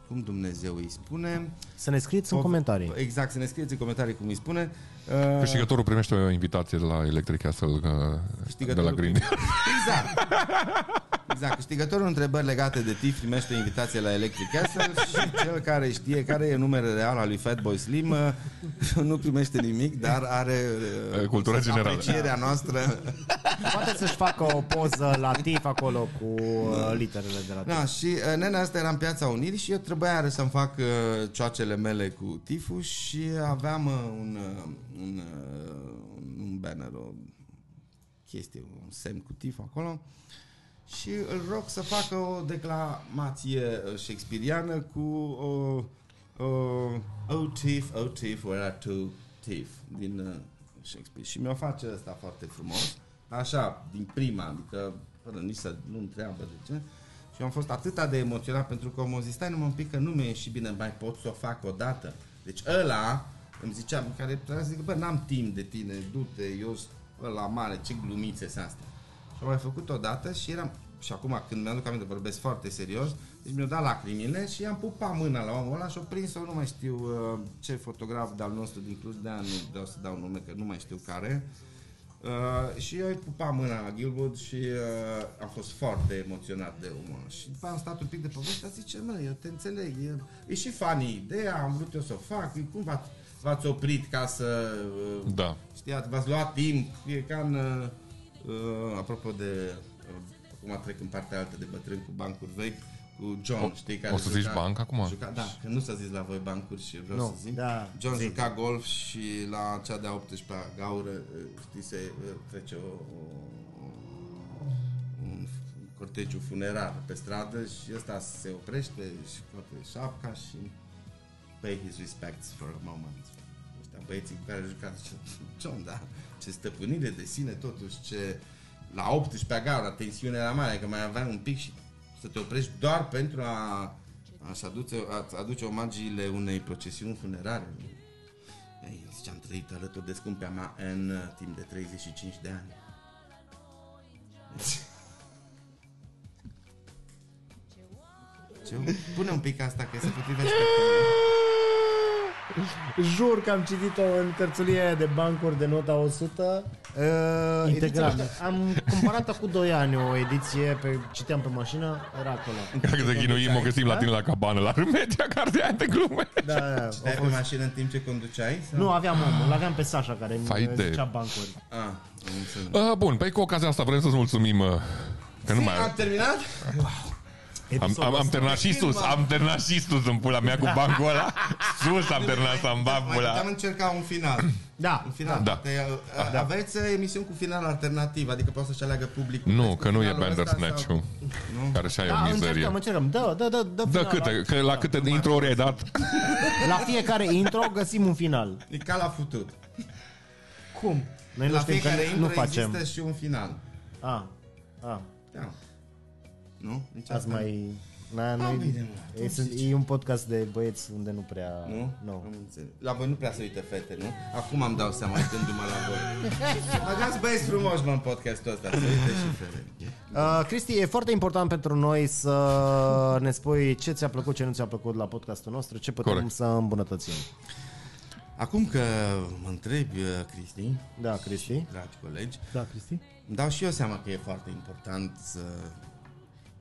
S2: cum Dumnezeu îi spune,
S3: Să ne scrieți în
S2: Pov-
S3: comentarii.
S2: Exact, să ne scrieți în comentarii cum îi spune. Uh,
S4: Câștigătorul primește o invitație de la Electric Castle uh, de la Green.
S2: Exact. Exact, câștigătorul întrebări legate de TIF primește o invitație la Electric Castle și cel care știe care e numele real al lui Fatboy Slim uh, nu primește nimic, dar are uh,
S4: Uh, cultura generală.
S2: aprecierea noastră.
S3: Poate să-și facă o poză la TIF acolo cu uh, literele de la TIF.
S2: Da, și uh, nena asta era în Piața Unirii și eu trebuia iară să-mi fac uh, cioacele mele cu tiful și aveam uh, un, uh, un, uh, un banner, o chestie, un semn cu tif acolo și îl rog să facă o declamație uh, shakespeariană cu o, o, o tif, o tif, where are two tif din uh, Shakespeare. Și mi-o face asta foarte frumos, așa, din prima, adică fără nici să nu întreabă de ce. Și eu am fost atât de emoționat pentru că omul zis, stai numai un pic că nu mi-a ieșit bine, mai pot să o fac o dată. Deci ăla, îmi ziceam, care trebuia să zic, bă, n-am timp de tine, du-te, eu sunt la mare, ce glumițe sunt astea. Și am mai făcut o dată și eram și acum când mi-aduc aminte, vorbesc foarte serios, deci mi-au dat lacrimile și i-am pupat mâna la omul ăla și o prins-o, nu mai știu uh, ce fotograf de-al nostru din Cluj, de nu vreau să dau nume, că nu mai știu care. Uh, și eu îi pupam mâna la Gilwood și uh, am fost foarte emoționat de omul ăla. Și după aia am stat un pic de poveste, zice, mă, eu te înțeleg, e, e și funny ideea, am vrut eu să o fac, cum v-ați, v-ați oprit ca să uh,
S4: Da.
S2: Știați, v-ați luat timp, e ca în, uh, uh, apropo de, uh, acum trec în partea altă de bătrân cu bancuri vechi, cu John, o, știi care
S4: o să zici banc acum?
S2: Juca, da, că nu s-a zis la voi bancuri și vreau
S3: Nu,
S2: să zic.
S5: da,
S2: John juca golf și la cea de-a 18-a gaură, uh, știi, se uh, trece o, o, un f- cortegiu funerar pe stradă și ăsta se oprește și scoate șapca și pay Păi, his respects for a moment. Ăștia băieții cu care juca zice, John, da, ce stăpânire de sine totuși, ce la 18-a gaură, tensiunea era mare, că mai aveai un pic și să te oprești doar pentru a, a-și aduce, a aduce omagiile unei procesiuni funerare. Ei, zice, am trăit alături de scumpea mea în uh, timp de 35 de ani. Ce? Pune un pic asta că se potrivește.
S3: Da. Jur că am citit-o în cărțulie de bancuri de nota 100. Uh, ediția
S5: Integral.
S3: asta. Am cumpărat cu 2 ani o ediție, pe, citeam pe mașină, era acolo.
S4: Dacă te ghinuim, o găsim la tine la cabană, la Armedia, cartea aia de glume.
S3: Da, da, da.
S2: Stai pe mașină în timp ce conduceai? Sau?
S3: Nu, aveam omul, îl aveam pe Sasha care
S4: Fai
S3: îmi
S4: de-
S3: zicea bancuri.
S2: Ah, am înțeles.
S4: Uh, bun, păi cu ocazia asta vrem să-ți mulțumim uh, că nu mai
S2: Am terminat?
S4: am, am, am terminat și sus, am terminat și sus în pula mea cu bancul ăla. Sus am terminat să
S2: Mai
S4: am
S2: puteam
S4: bambula.
S2: încerca un final.
S3: Da,
S2: Un final.
S4: Da.
S2: Te, a, aveți uh, emisiuni cu final alternativ, adică poți să-și aleagă publicul.
S4: Nu,
S2: Vezi
S4: că nu e
S2: finalul ăsta sau-
S4: Bandersnatch-ul,
S2: Nu?
S4: care și aia e
S3: da,
S4: o
S3: încercăm,
S4: mizerie.
S3: încercăm. Da, da, da, da,
S4: Da,
S3: final.
S4: câte, că la câte intro ori ai dat?
S3: La fiecare intro găsim un final.
S2: E ca la futut.
S3: Cum? Noi nu
S2: La
S3: știm că
S2: fiecare
S3: nu
S2: intro
S3: facem. Ah,
S2: există și un final.
S3: A, a,
S2: Da. Nu? Nici
S3: ați
S2: asta
S3: mai... Na,
S2: Ah,
S3: noi,
S2: bine, mă,
S3: e, sunt, e un podcast de băieți unde nu prea...
S2: Nu?
S3: Nu.
S2: Am înțeles. La voi nu prea se uită fete, nu? Acum am dau seama uitându-mă la voi. Băgați băieți frumoși, mă, în podcastul ăsta, se uită și fete.
S3: Uh, Cristi, e foarte important pentru noi să ne spui ce ți-a plăcut, ce nu ți-a plăcut la podcastul nostru, ce putem
S4: Corect.
S3: să îmbunătățim.
S2: Acum că mă întrebi, uh, Cristi,
S3: Da, Cristi.
S2: dragi colegi,
S5: Da, Cristi?
S2: Îmi dau și eu seama că e foarte important să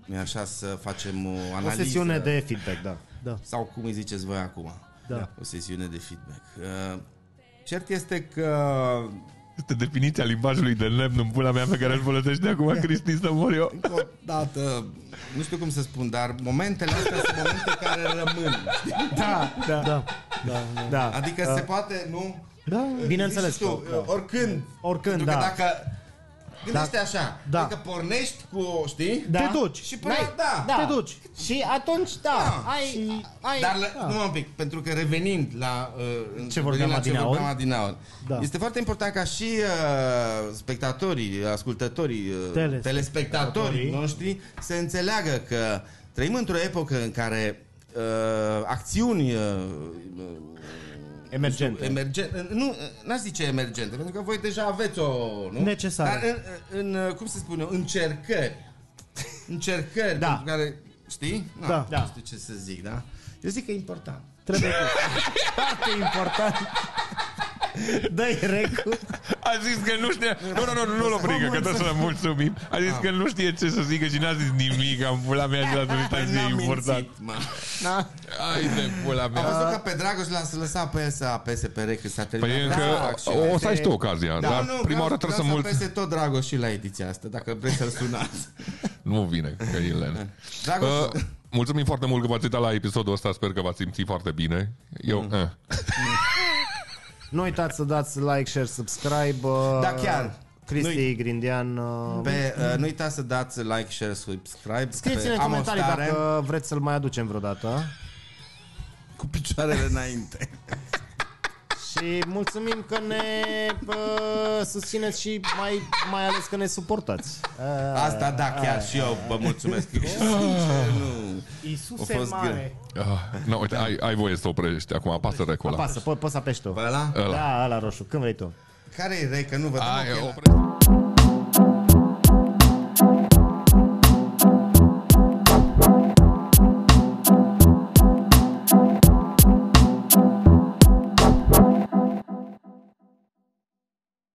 S2: nu așa să facem o
S3: O
S2: analiză
S3: sesiune de feedback, da.
S5: Da.
S2: sau cum îi ziceți voi acum.
S5: Da.
S2: O sesiune de feedback. Uh, Cert este că
S4: Este definiția limbajului de lemn în pula mea pe care îl folosește acum Cristi să mor eu.
S2: încă o dată, nu știu cum să spun, dar momentele astea sunt momente care rămân.
S3: Da, da, da.
S5: Da. Da. da.
S3: da.
S2: Adică se poate, nu?
S5: da.
S3: Bineînțeles
S2: Zici și tu,
S3: că... Da.
S2: uh, oricând.
S3: Oricând,
S2: pentru că
S3: da.
S2: dacă Gândește așa,
S5: Da.
S2: dacă pornești cu, o, știi?
S3: Da.
S5: Te duci.
S2: Și până,
S3: N-ai-
S2: da.
S3: da.
S5: Te duci.
S3: Și atunci, da,
S2: Da.
S3: ai... ai
S2: Dar la, numai un pic, pentru că revenind la uh,
S3: Ce vorbeam
S2: la
S3: adineaori?
S2: vorbeam adineaori,
S5: Da.
S2: este foarte important ca și uh, spectatorii, ascultătorii, uh,
S5: Teles-
S2: telespectatorii
S5: spectatorii.
S2: noștri să înțeleagă că trăim într-o epocă în care uh, acțiuni uh,
S3: Emergente.
S2: Emergent, uh, nu, n-aș zice emergente, pentru că voi deja aveți o, nu?
S5: Necesare.
S2: Dar în, în cum se spune, încercări. Încercări
S3: Da.
S2: pentru care, știi? Na,
S5: Da.
S2: Nu știu ce să zic, da? Eu zic că e important.
S5: Trebuie
S3: Foarte important. Dă-i recu.
S4: A zis că nu știe... Nu, nu, nu, nu, nu-l obligă, că tot să mulțumim. A zis că nu știe ce să zică și n-a zis nimic. Am pula mea și l-a trimis azi de important.
S2: mă.
S4: Ai de pula
S2: Am
S4: mea.
S2: văzut că pe Dragoș l-a lăsat pe el să apese pe că s-a terminat.
S4: Păi încă
S2: Da, și-
S4: o să ai și tu ocazia, dar prima
S2: vreau-
S4: oară trebuie Da, să
S2: vreau
S4: mult...
S2: apese tot Dragoș și la ediția asta, dacă vreți să-l sunați.
S4: Nu vine, că e len.
S2: Dragoș,
S4: Uh, mulțumim foarte mult că v-ați uitat la episodul ăsta, sper că v-ați simțit foarte bine. Eu, mm. uh,
S3: Nu uitați să dați like, share, subscribe. uh,
S2: Da, chiar.
S3: Cristi
S2: Nu-i-
S3: Grindean. uh,
S2: pe, uh, nu uitați să dați like, share, subscribe.
S3: Scrieți-ne
S2: pe
S3: în
S2: Am o
S3: comentarii
S2: stare
S3: dacă vreți să-l mai aducem vreodată.
S2: Cu picioarele înainte.
S3: Și mulțumim că ne uh, susțineți și mai, mai ales că ne suportați. Uh,
S2: Asta da, chiar și eu vă mulțumesc. nu.
S5: Iisuse
S2: A fost
S5: mare.
S2: greu.
S4: uh, nu, uite, ai, ai voie să oprești acum, apasă recul ăla.
S3: Pasă, po- poți să apeși tu.
S2: Pe ăla?
S4: Ăla.
S3: Da, la roșu, când vrei tu.
S2: Care e rei? Că nu vă dăm
S4: Ai,
S2: ochelari.
S4: opre-